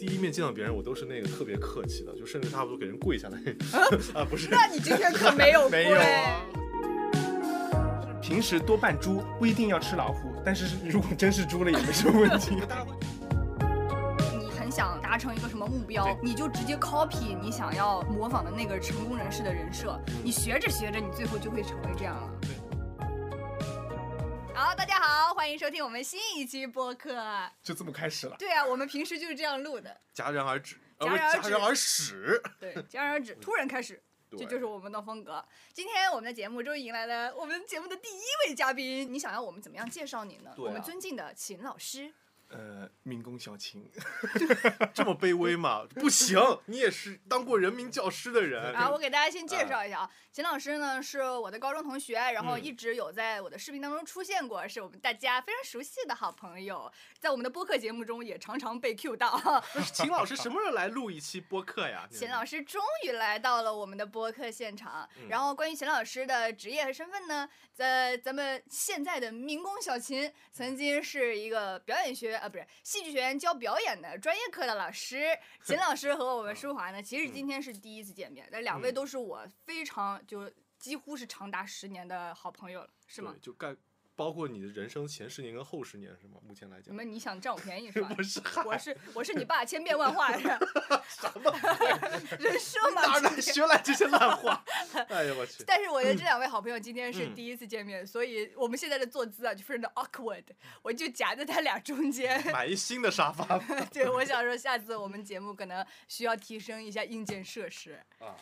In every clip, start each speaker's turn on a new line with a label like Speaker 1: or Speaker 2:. Speaker 1: 一面见到别人，我都是那个特别客气的，就甚至差不多给人跪 下来啊，不是。
Speaker 2: 那你今天可 没有
Speaker 1: 没
Speaker 2: 跪
Speaker 1: 有啊
Speaker 3: 平时多扮猪，不一定要吃老虎，但是如果真是猪了也没什么问 题。
Speaker 2: 你很想达成一个什么目标，你就直接 copy 你想要模仿的那个成功人士的人设，
Speaker 1: 嗯
Speaker 2: 你学着学着，你最后就会成为这样了。好，大家好，欢迎收听我们新一期播客。
Speaker 3: 就这么开始了。
Speaker 2: 对啊，我们平时就是这样录的。
Speaker 1: 戛然而止，啊，
Speaker 2: 戛
Speaker 1: 不是
Speaker 2: 然而
Speaker 1: 戛然而 始。
Speaker 2: 对，戛然而止，突然开始，
Speaker 1: 对
Speaker 2: 这就是我们的风格。今天我们的节目终于迎来了我们节目的第一位嘉宾，你想要我们怎么样介绍你呢？
Speaker 1: 对啊
Speaker 2: 我们尊敬的秦老师。
Speaker 3: 呃，民工小秦，
Speaker 1: 这么卑微吗？不 行，你也是当过人民教师的人。
Speaker 2: 啊，我给大家先介绍一下啊，秦老师呢是我的高中同学，然后一直有在我的视频当中出现过，是我们大家非常熟悉的好朋友，在我们的播客节目中也常常被 Q 到。啊
Speaker 1: 不是秦老师什么时候来录一期播客呀？
Speaker 2: 秦老
Speaker 1: 师，
Speaker 2: 师终于来到了我们的播客现场，
Speaker 1: 嗯
Speaker 2: 然后关于秦老师的职业和身份呢，在咱们现在的民工小秦曾
Speaker 1: 嗯
Speaker 2: 经是一个表演学啊，不是戏剧学院教表演的专业课的老师。秦老师和我们舒华呢，其实今天是第一次见面，但两位
Speaker 1: 嗯
Speaker 2: 都是我非常就几乎是长达十年的好朋友了，是吗
Speaker 1: 对？就盖包括你的人生前十年跟后十年是吗？目前来
Speaker 2: 你
Speaker 1: 讲，？
Speaker 2: 们你想占我便宜是吧
Speaker 1: 不是嗨
Speaker 2: 啊我是我是你爸千变万化是 人设嘛？
Speaker 1: 哪儿
Speaker 2: 今
Speaker 1: 来
Speaker 2: 天
Speaker 1: 学来这些烂 话？哎呀，我去！
Speaker 2: 但是我觉得这两位好朋友今天是
Speaker 1: 嗯
Speaker 2: 第一次见面，所以我们现在的坐姿啊就非常的 awkward，我就夹在他俩 中间。
Speaker 1: 买一新的沙发吧
Speaker 2: 对，我想说下次我们节目可能需要提升一下硬件设施。
Speaker 1: 啊！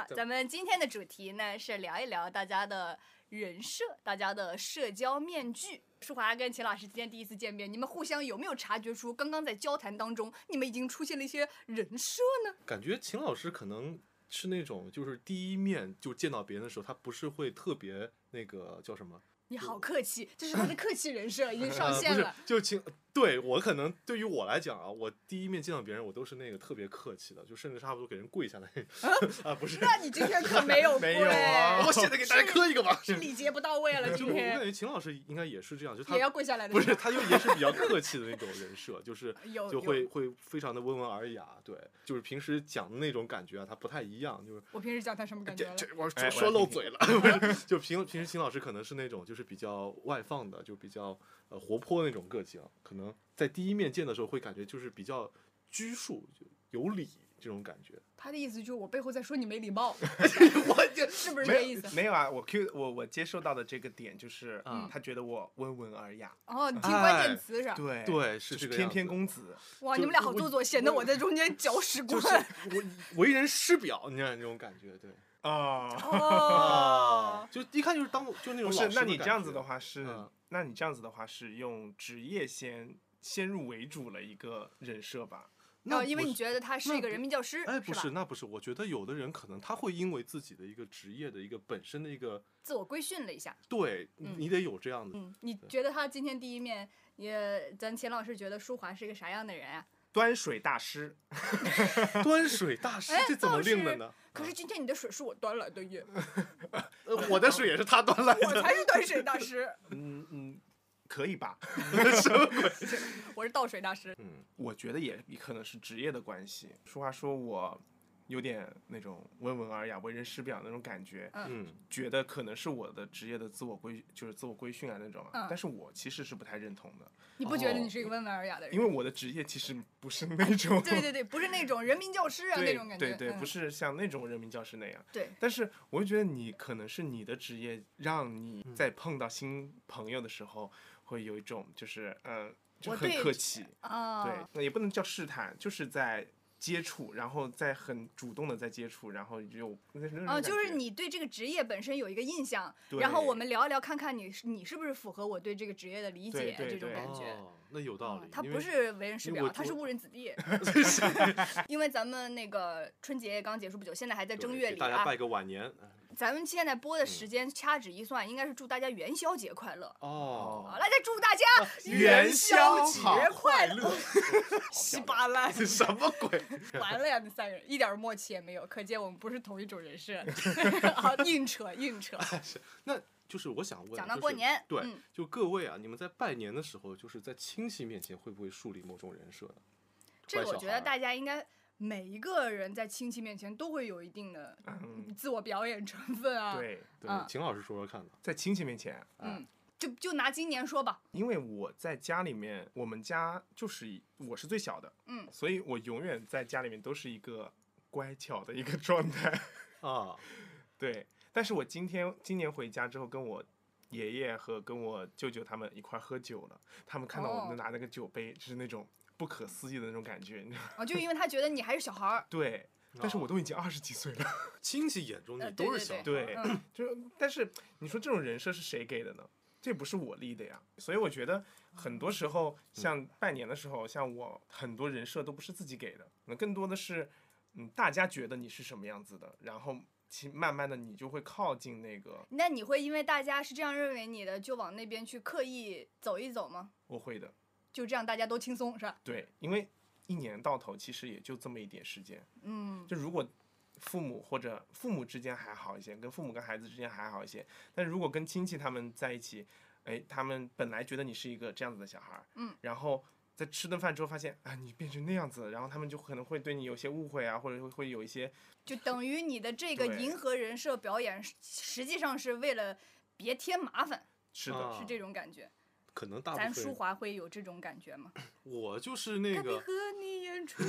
Speaker 2: 好，
Speaker 1: 对
Speaker 2: 咱们今天的主题呢是聊一聊大家的人设，大家的社交面具。舒华跟秦老师今天第一次见面，你们互相有没有察觉出刚刚在交谈当中，你们已经出现了一些人设呢？
Speaker 1: 感觉秦老师可能是那种，就是第一面就见到别人的时候，他不是会特别那个叫什么？
Speaker 2: 你好客气，这是他的客气人设，已经上
Speaker 1: 呃、
Speaker 2: 线
Speaker 1: 不
Speaker 2: 了
Speaker 1: 是。，就秦对我可能对于我来讲啊，我第一面见到别人，我都是那个特别客气的，就甚至差不多给人跪 下来啊，不是。
Speaker 2: 那你今天可没有跪，
Speaker 3: 没有啊
Speaker 1: 我现在给大家磕一个吧。
Speaker 2: 是礼节不到位 了，
Speaker 1: 就
Speaker 2: 今
Speaker 1: 我感
Speaker 2: 天
Speaker 1: 觉秦老师应该也是这样，就他
Speaker 2: 也要跪下来的。
Speaker 1: 不是，他就也是比较客气的那种人设，就是
Speaker 2: 有
Speaker 1: 就
Speaker 2: 有
Speaker 1: 会会非常的温文尔雅，对，就是平时讲的那种感觉啊，他不太一样，就是
Speaker 2: 我平时讲他什么感觉了？
Speaker 1: 这我
Speaker 3: 哎
Speaker 1: 说说
Speaker 3: 我来
Speaker 1: 漏
Speaker 3: 听听
Speaker 1: 嘴了不是， 就平平时秦老师可能是那种就是比较外放的，就比较呃活泼那种个性，可能在第一面见的时候会感觉就是比较拘束，就有理这种感觉。
Speaker 2: 他的意思就是我背后在说你没 礼貌，
Speaker 3: 我就是
Speaker 2: 不是这个意思？
Speaker 3: 没有啊，我 Q 我我接受到的这个点就是，
Speaker 1: 嗯
Speaker 3: 他觉得我温文尔雅，
Speaker 2: 哦，你听关键词是吧？
Speaker 3: 啊对
Speaker 1: 对是
Speaker 3: 就是
Speaker 1: 这个
Speaker 3: 翩
Speaker 1: 样
Speaker 3: 翩
Speaker 1: 子
Speaker 3: 公子，
Speaker 2: 哇，
Speaker 1: 哎就
Speaker 2: 你们俩好做作，显得我在中间搅屎
Speaker 1: 就
Speaker 2: 棍
Speaker 1: 是。我为人师表，你知道那种感觉，对，
Speaker 3: 哦，
Speaker 2: 哦，
Speaker 1: 就一看就是当就那种
Speaker 3: 不
Speaker 1: 老
Speaker 3: 是，
Speaker 1: 师
Speaker 3: 那
Speaker 1: 的
Speaker 3: 你这
Speaker 1: 感
Speaker 3: 样子
Speaker 1: 觉
Speaker 3: 的话是，
Speaker 1: 嗯
Speaker 3: 那你这样子的话是用职业先先入为主了一个人设吧？
Speaker 2: 然
Speaker 1: 那
Speaker 2: 后哦因为
Speaker 1: 不
Speaker 2: 你
Speaker 1: 是
Speaker 2: 觉得他是一个人民教师，
Speaker 1: 哎，不
Speaker 2: 吧
Speaker 1: 是，？那不是，我觉得有的人可能他会因为自己的一个职业的一个本身的一个，
Speaker 2: 自我规训了一下。
Speaker 1: 对你
Speaker 2: 嗯
Speaker 1: 你得有这样的，
Speaker 2: 嗯，你觉得他今天第一面，也咱秦老师觉得舒华是一个啥样的人啊？
Speaker 3: 端水大师，
Speaker 1: 端水大师
Speaker 2: 嗯哎
Speaker 1: 这怎么
Speaker 2: 倒
Speaker 1: 令的
Speaker 2: 是
Speaker 1: 呢？
Speaker 2: 可是今天你的水是我端来的耶，
Speaker 1: 呃 我的水也是他端来
Speaker 2: 我
Speaker 1: 的，
Speaker 2: 才是端水大师，
Speaker 3: 嗯嗯，可以吧？
Speaker 2: 我是倒水大师。
Speaker 1: 嗯，
Speaker 3: 我觉得也可能是职业的关系。俗话说我有点那种温文尔雅、为人师表那种感觉，
Speaker 1: 嗯，
Speaker 3: 觉得可能是我的职业的自我规，就是自我规训啊那种啊。
Speaker 2: 嗯
Speaker 3: 但是我其实是不太认同的，
Speaker 2: 你不觉得
Speaker 1: 哦
Speaker 2: 你是一个温文尔雅的人
Speaker 3: 因？为我的职业其实不是那种，
Speaker 2: 对对对，不是那种人民教师啊那
Speaker 3: 对
Speaker 2: 种感觉，
Speaker 3: 对对，
Speaker 2: 嗯
Speaker 3: 不是像那种人民教师那样。
Speaker 2: 对，
Speaker 3: 但是我就觉得你可能是你的职业，让你在碰到新朋友的时候，会有一种就是嗯，就
Speaker 2: 我
Speaker 3: 很
Speaker 2: 对
Speaker 3: 客气，
Speaker 2: 啊，
Speaker 3: 对，那也不能叫试探，就是在接触，然后再很主动的在接触，然后就那那种
Speaker 2: 哦，
Speaker 3: 感
Speaker 2: 就是
Speaker 3: 觉
Speaker 2: 你对这个职业本身有一个印象，然后我们聊一聊，看看你是你是不是符合我对这个职业的理解
Speaker 3: 对对
Speaker 2: 这种
Speaker 3: 对
Speaker 2: 感觉。
Speaker 1: 哦，那有道理
Speaker 2: 嗯，他
Speaker 1: 因
Speaker 2: 不
Speaker 1: 为
Speaker 2: 是为人师
Speaker 1: 因为
Speaker 2: 表，
Speaker 1: 我
Speaker 2: 他是
Speaker 1: 我
Speaker 2: 误人子弟。因为咱们那个春节刚结束不久，现在还在
Speaker 1: 对
Speaker 2: 正月
Speaker 1: 给
Speaker 2: 里
Speaker 1: 大家
Speaker 2: 啊。
Speaker 1: 拜个晚年，
Speaker 2: 咱们现在播的时间掐指一算，应该是祝大家元宵节快乐。
Speaker 1: 哦，
Speaker 2: 好，来再祝大家
Speaker 3: 元宵
Speaker 2: 节
Speaker 3: 好
Speaker 2: 快 乐！稀巴烂，
Speaker 1: 什么鬼？
Speaker 2: 完了呀，那三个人一点默契也没有，可见我们不是同一种人设。好，硬扯硬扯，
Speaker 1: 那 就是我想问，
Speaker 2: 讲到
Speaker 1: 就
Speaker 2: 过
Speaker 1: 是
Speaker 2: 年，
Speaker 1: 对
Speaker 2: 嗯，
Speaker 1: 就各位啊，你们在拜年的时候，就是在亲戚面前会不会树立某种人设呢？
Speaker 2: 这个
Speaker 1: 乖
Speaker 2: 我
Speaker 1: 小
Speaker 2: 觉
Speaker 1: 孩儿
Speaker 2: 得大家应该每一个人在亲戚面前都会有一定的
Speaker 3: 嗯，
Speaker 2: 自我表演成分啊。，
Speaker 3: 对，
Speaker 1: 对
Speaker 2: 嗯，
Speaker 1: 秦老师说说看吧。
Speaker 3: 在亲戚面前，
Speaker 2: 嗯，就就拿今年说吧，
Speaker 3: 因为我在家里面，我们家就是以我是最小的，
Speaker 2: 嗯，
Speaker 3: 所以我永远在家里面都是一个乖巧的一个 状态。
Speaker 1: 啊，
Speaker 3: 对，但是我今天今年回家之后，跟我爷爷和跟我舅舅他们一块儿喝酒了，他们看到我
Speaker 2: 哦
Speaker 3: 们拿那个酒杯，就是那种不可思议的那种感觉。你知道吗，
Speaker 2: 啊，就因为他觉得你还是小孩儿
Speaker 3: 对，但是
Speaker 1: 啊
Speaker 3: 我都已经二十几岁了。
Speaker 1: 亲戚眼中
Speaker 2: 呃
Speaker 1: 你
Speaker 2: 对
Speaker 1: 都
Speaker 2: 对
Speaker 1: 是小孩儿，
Speaker 3: 对，
Speaker 2: 嗯
Speaker 3: 就但是你说这种人设是谁给的呢？这不是我立的呀，所以我觉得很多时候，像拜年的时候，像我很多人设都不是自己给的，那更多的是，嗯，大家觉得你是什么样子的，然后其慢慢的你就会靠近那个，
Speaker 2: 那你会因为大家是这样认为你的，就往那边去刻意走一走吗？
Speaker 3: 我会的，
Speaker 2: 就这样大家都轻松是吧？
Speaker 3: 对，因为一年到头其实也就这么一点时间，
Speaker 2: 嗯，
Speaker 3: 就如果父母或者父母之间还好一些，跟父母跟孩子之间还好一些，但如果跟亲戚他们在一起，哎，他们本来觉得你是一个这样子的小孩儿，
Speaker 2: 嗯，
Speaker 3: 然后在吃顿饭之后发现啊你变成那样子了，然后他们就可能会对你有些误会啊，或者会会有一些
Speaker 2: 就等于你的这个
Speaker 3: 对
Speaker 2: 迎合人设表演，实实际上是为了别添麻烦，
Speaker 3: 是的，
Speaker 1: 啊
Speaker 2: 是这种感觉。
Speaker 1: 可能大
Speaker 2: 咱
Speaker 1: 部
Speaker 2: 舒
Speaker 1: 分
Speaker 2: 华会有这种感觉吗？
Speaker 1: 我就是那
Speaker 2: 隔壁
Speaker 1: 个，
Speaker 2: 和你 演出，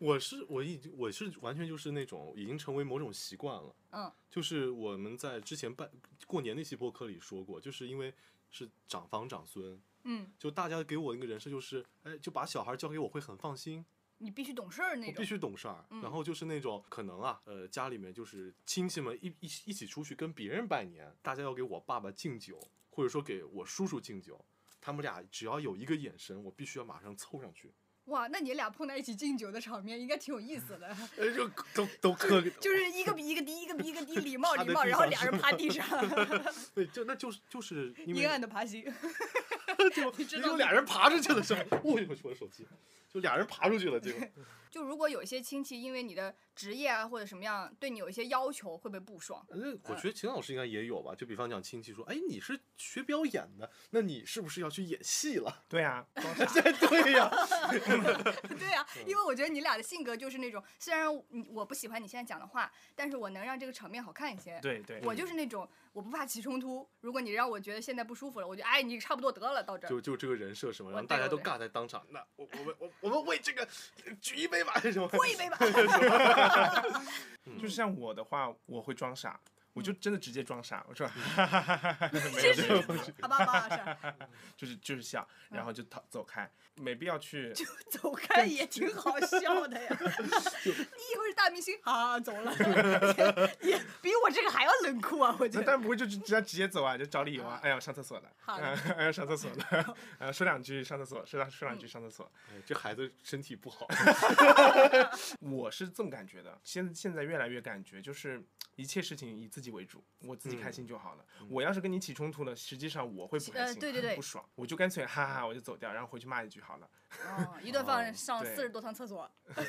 Speaker 1: 我是我已经我是完全就是那种已经成为某种习惯了。
Speaker 2: 嗯，
Speaker 1: 就是我们在之前办过年那期播客里说过，就是因为是长房长孙，
Speaker 2: 嗯，
Speaker 1: 就大家给我那个人设就是，哎，就把小孩交给我会很放心，
Speaker 2: 你必须懂事儿那
Speaker 1: 我
Speaker 2: 种。
Speaker 1: 必须懂事儿。
Speaker 2: 嗯
Speaker 1: 然后就是那种可能啊，呃，家里面就是亲戚们一一一起出去跟别人拜年，大家要给我爸爸敬酒，或者说给我叔叔敬酒，他们俩只要有一个眼神，我必须要马上凑上去，
Speaker 2: 哇，那你俩碰在一起敬酒的场面应该挺有意 思的，
Speaker 1: 哎，就都都磕个，
Speaker 2: 就是一个比一个低，一个比一个低，礼貌
Speaker 1: 趴
Speaker 2: 礼
Speaker 1: 在
Speaker 2: 貌，
Speaker 1: 地
Speaker 2: 然后
Speaker 1: 上
Speaker 2: 俩
Speaker 1: 是
Speaker 2: 人趴地上，
Speaker 1: 对，就那就是就是 因为
Speaker 2: 阴暗的爬行。
Speaker 1: 就
Speaker 2: 你知
Speaker 1: 就
Speaker 2: 道
Speaker 1: 有俩人爬出去了，是吧？ 我我我的手机，就俩人爬出去了，结果
Speaker 2: 就如果有一些亲戚因为你的职业啊或者什么样对你有一些要求，会不会不爽？
Speaker 1: 那我觉得秦老师应该也有吧？就比方讲亲戚说，哎，你是学表演的，那你是不是要去演戏了？
Speaker 3: 对啊，装
Speaker 1: 哎
Speaker 3: 傻
Speaker 1: 对呀、
Speaker 2: 对啊，因为我觉得你俩的性格就是那种，虽然你我不喜欢你现在讲的话，但是我能让这个场面好看一些。
Speaker 3: 对对，
Speaker 2: 我就是那种我不怕起冲突，如果你让我觉得现在不舒服了，我就哎你差不多得了，到这儿。
Speaker 1: 就就这个人设什么，
Speaker 2: 我
Speaker 1: 然后大家
Speaker 2: 对
Speaker 1: 都
Speaker 2: 我对
Speaker 1: 尬在当场。那我我们我我们为这个举一杯吧，什么？
Speaker 2: 过一杯吧，
Speaker 3: 就是像我的话，我会装傻，我就真的直接装傻，我说
Speaker 2: 这是好吧好吧，是
Speaker 3: 就是就是笑，然后就逃走开，没必要去
Speaker 2: 走开也挺好笑的呀。你以后是大明星啊，走 了，也也比我这个还要冷酷啊，我觉
Speaker 3: 那
Speaker 2: 得。
Speaker 3: 但不会就直接直接走啊，就找理由啊
Speaker 2: 啊，
Speaker 3: 哎呀上厕所了，
Speaker 2: 好
Speaker 3: 哎呀哎 呀上厕所了，呃说两句上厕所，说两说
Speaker 2: 嗯
Speaker 3: 两句上厕所。
Speaker 1: 哎这孩子身体不好，
Speaker 3: 我是这么感觉的，现现在越来越感觉就是一切事情以自己为主，我自己开心就好了。我要是跟你起冲突了，实际上我会不开
Speaker 2: 呃
Speaker 3: 心，
Speaker 2: 对对对
Speaker 3: 很不爽，我就干脆哈哈哈我就走掉，然后回去骂一句好了。
Speaker 2: 哦，一顿饭上
Speaker 3: 对
Speaker 2: 四十多趟厕所，
Speaker 1: 呃，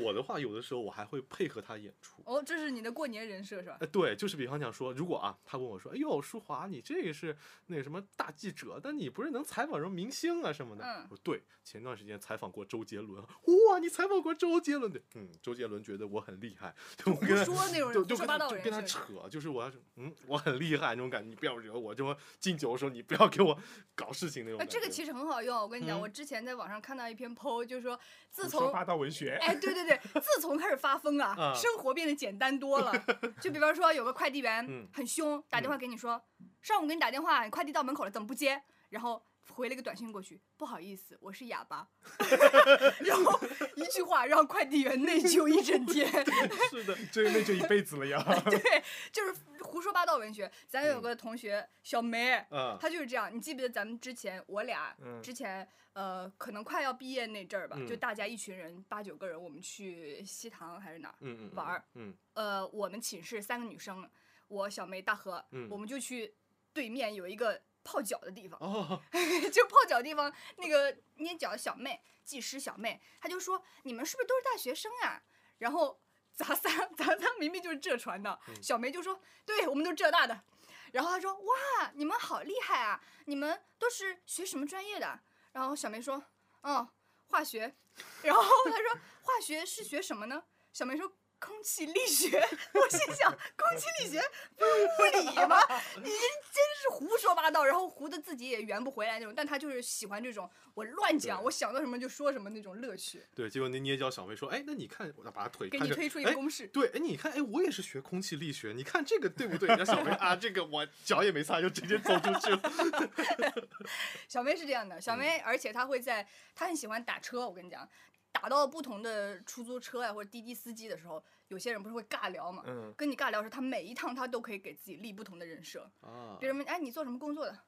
Speaker 1: 我的话有的时候我还会配合他演出。
Speaker 2: 哦，这是你的过年人设是吧？
Speaker 1: 呃，对，就是比方讲说，如果啊，他问我说，哎呦，舒华，你这个是那个什么大记者，但你不是能采访什么明星啊什么的？
Speaker 2: 嗯
Speaker 1: 我说对，前段时间采访过周杰伦，哇，你采访过周杰伦的？嗯，周杰伦觉得我很厉害，就我
Speaker 2: 胡
Speaker 1: 跟他。
Speaker 2: 说那种
Speaker 1: 就
Speaker 2: 人，胡
Speaker 1: 就
Speaker 2: 说
Speaker 1: 跟
Speaker 2: 八
Speaker 1: 他
Speaker 2: 道
Speaker 1: 就
Speaker 2: 人
Speaker 1: 跟他
Speaker 2: 设。
Speaker 1: 扯，就是我要是嗯我很厉害那种感觉，你不要惹我，就敬酒的时候你不要给我搞事情那种
Speaker 2: 哎，
Speaker 1: 感觉。
Speaker 2: 这个其实很好用，我跟你讲，
Speaker 1: 嗯
Speaker 2: 我之前在网上看到一篇 PO，就是说，自
Speaker 3: 胡说
Speaker 2: 从
Speaker 3: 八道文学，
Speaker 2: 哎，对对对，自从开始发疯啊，
Speaker 1: 啊
Speaker 2: 生活变得简单多了。就比方说，有个快递员
Speaker 1: 嗯
Speaker 2: 很凶，打电话给你说，上午给你打电话，你快递到门口了，怎么不接？然后回了一个短信过去，不好意思，我是哑巴。 然后一句话让快递员内疚一整天，
Speaker 1: 是的，
Speaker 3: 这那就一辈子了呀。
Speaker 2: 对，就是胡说八道文学。咱
Speaker 1: 嗯
Speaker 2: 有个同学小梅。
Speaker 1: 啊，
Speaker 2: 她就是这样，你记不记得咱们之前我俩
Speaker 3: 嗯
Speaker 2: 之前、呃，可能快要毕业那阵儿吧，
Speaker 1: 嗯
Speaker 2: 就大家一群人八九个人，我们去西塘还是哪儿？
Speaker 1: 嗯嗯，
Speaker 2: 玩儿
Speaker 1: 嗯，
Speaker 2: 呃，我们寝室三个女生，我小梅大河，
Speaker 1: 嗯
Speaker 2: 我们就去对面有一个泡脚的地方，
Speaker 1: 嗯哦，
Speaker 2: 就泡脚地方那个捏脚小妹技师小妹，她就说你们是不是都是大学生啊？然后 咱仨咱仨明明就是浙传的，
Speaker 1: 嗯
Speaker 2: 小梅就说对我们都是浙大的，然后她说哇你们好厉害啊，你们都是学什么专业的？然后小梅说嗯，化学。 然后他说化学是学什么呢？小梅说空气力学。 我心想，空气力学不是物理吗？你这真是胡说八道，然后胡的自己也圆不回来那种。但他就是喜欢这种我乱讲，
Speaker 1: 对
Speaker 2: 我想到什么就说什么那种乐趣。
Speaker 1: 对，结果那捏脚小妹说，哎，那你看，我把她腿
Speaker 2: 给
Speaker 1: 看
Speaker 2: 你
Speaker 1: 着，
Speaker 2: 推出一
Speaker 1: 哎
Speaker 2: 个公式，
Speaker 1: 对，哎，你看，哎，我也是学空气力学，你看这个对不对？人家小妹啊，这个我脚也没擦就直接走出去了。
Speaker 2: 小梅是这样的，
Speaker 1: 嗯
Speaker 2: 小梅，而且她会在，她很喜欢打车。我跟你讲，打到不同的出租车呀、或者滴滴司机的时候，有些人不是会尬聊嘛？
Speaker 3: 嗯，
Speaker 2: 跟你尬聊的时候，她每一趟她都可以给自己立不同的人设。
Speaker 1: 啊
Speaker 2: 别人问，哎，你做什么工作的？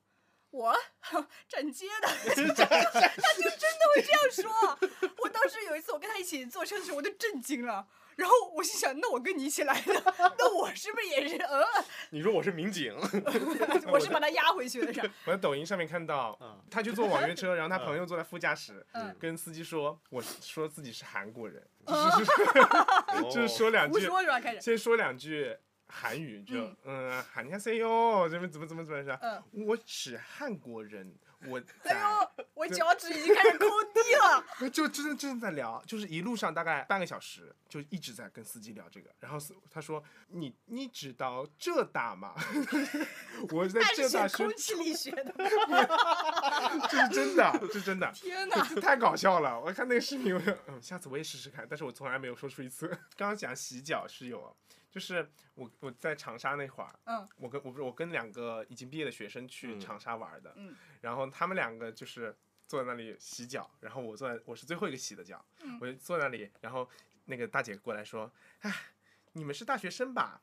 Speaker 2: 我 站街的，他就真 的会这样说。啊我当时有一次，我跟他一起坐车的时候，我都震惊了。然后我心想，那我跟你一起来的，那我是不是也是？呃，
Speaker 1: 你说我是民 警
Speaker 2: 我是把他压回去的，是吧？
Speaker 3: 我在抖音上面看到，
Speaker 1: 啊，
Speaker 3: 他去坐网约车，然后他朋友坐在副驾驶，
Speaker 2: 嗯
Speaker 3: 跟司机说：“我说自己是韩国人，
Speaker 2: 哦
Speaker 3: 就是就是
Speaker 1: 哦
Speaker 3: 说两
Speaker 2: 胡
Speaker 3: 句，
Speaker 2: 说是吧？开 始，
Speaker 3: 先说两句韩语，就
Speaker 2: 嗯
Speaker 3: 嗯，韩家 C O 这边怎么怎么怎么是吧？
Speaker 2: 嗯。
Speaker 3: 我是韩国人，我
Speaker 2: 哎
Speaker 3: 在
Speaker 2: 呦，我脚趾已经开始抠地 了。
Speaker 3: 就真的真的在聊，就是一路上大概半个小时，就一直在跟司机聊这个。然后司他说：“你你知道浙大吗？” 我在
Speaker 2: 他
Speaker 3: 浙
Speaker 2: 是
Speaker 3: 大
Speaker 2: 学
Speaker 3: 是
Speaker 2: 空气力学的，
Speaker 3: 这是真的，这是真的。
Speaker 2: 天哪！
Speaker 3: 这 太搞笑了！我看那个视频，我就嗯，下次我也试试看，但是我从来没有说出一次。 刚刚讲洗脚是有，就是我我在长沙那会儿，
Speaker 2: 嗯，
Speaker 3: 我跟我不是我跟两个已经毕业的学生去
Speaker 1: 嗯
Speaker 3: 长沙玩的，
Speaker 2: 嗯，
Speaker 3: 然后他们两个就是坐在那里洗脚，然后我坐在我是最后一个洗的脚，
Speaker 2: 嗯
Speaker 3: 我就坐在那里，然后那个大姐过来说，哎，你们是大学生吧？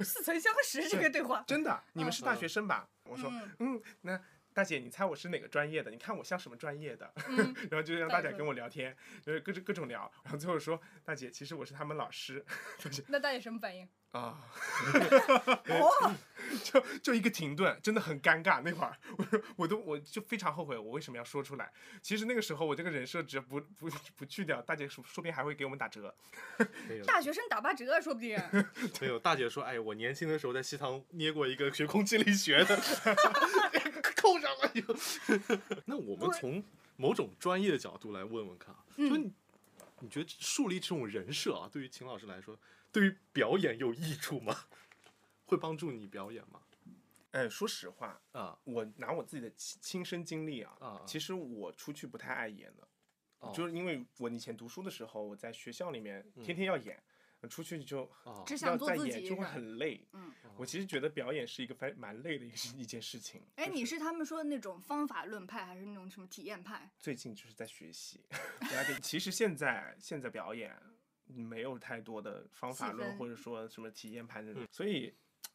Speaker 2: 似曾相识这个对话。
Speaker 3: 真的，你们是大学生吧？我说，
Speaker 2: 嗯
Speaker 3: 嗯，那大姐，你猜我是哪个专业的？你看我像什么专业的？
Speaker 2: 嗯，
Speaker 3: 然后就让
Speaker 2: 大
Speaker 3: 大
Speaker 2: 姐
Speaker 3: 家
Speaker 2: 说
Speaker 3: 跟我聊天，就是各种各种聊，然后最后说大姐，其实我是他们老师
Speaker 2: 那大姐什么反应？
Speaker 3: 啊、
Speaker 2: 哦，
Speaker 3: 就就一个停顿，真的很尴尬。那会儿 我说我都我就非常后悔，我为什么要说出来？其实那个时候我这个人设值不不不去掉，大姐说说不定还会给我们打折。
Speaker 1: 没有
Speaker 2: 大学生打八折，啊说不定。
Speaker 1: 没有。大姐说，哎，我年轻的时候在西塘捏过一个学空气力学的， 扣上了又。 那我们
Speaker 2: 不是
Speaker 1: 从某种专业的角度来问问看啊，就
Speaker 2: 嗯
Speaker 1: 你你觉得树立这种人设啊，对于秦老师来说，对于表演有益处吗？ 会帮助你表演吗？
Speaker 3: 哎，说实话，
Speaker 1: 啊
Speaker 3: 我拿我自己的亲亲身经历啊，
Speaker 1: 啊，
Speaker 3: 其实我出去不太爱演的，
Speaker 1: 哦
Speaker 3: 就是因为我以前读书的时候，我在学校里面
Speaker 1: 嗯
Speaker 3: 天天要演，出去就
Speaker 1: 啊
Speaker 2: 只
Speaker 3: 要
Speaker 2: 想做
Speaker 3: 再
Speaker 2: 自
Speaker 3: 演
Speaker 2: 己
Speaker 3: 就是会
Speaker 2: 吧？
Speaker 3: 很累。
Speaker 2: 嗯，
Speaker 3: 我其实觉得表演是一个非蛮累的一个一件事情。
Speaker 2: 哎，
Speaker 3: 就
Speaker 2: 你
Speaker 3: 是
Speaker 2: 是他们说的那种方法论派，还是那种什么体验派？
Speaker 3: 最近就是在学习， 不要给其实现在现在表演没有太多的方法
Speaker 2: 细
Speaker 3: 论
Speaker 2: 分嗯
Speaker 3: 或者说什么体验派那种，所以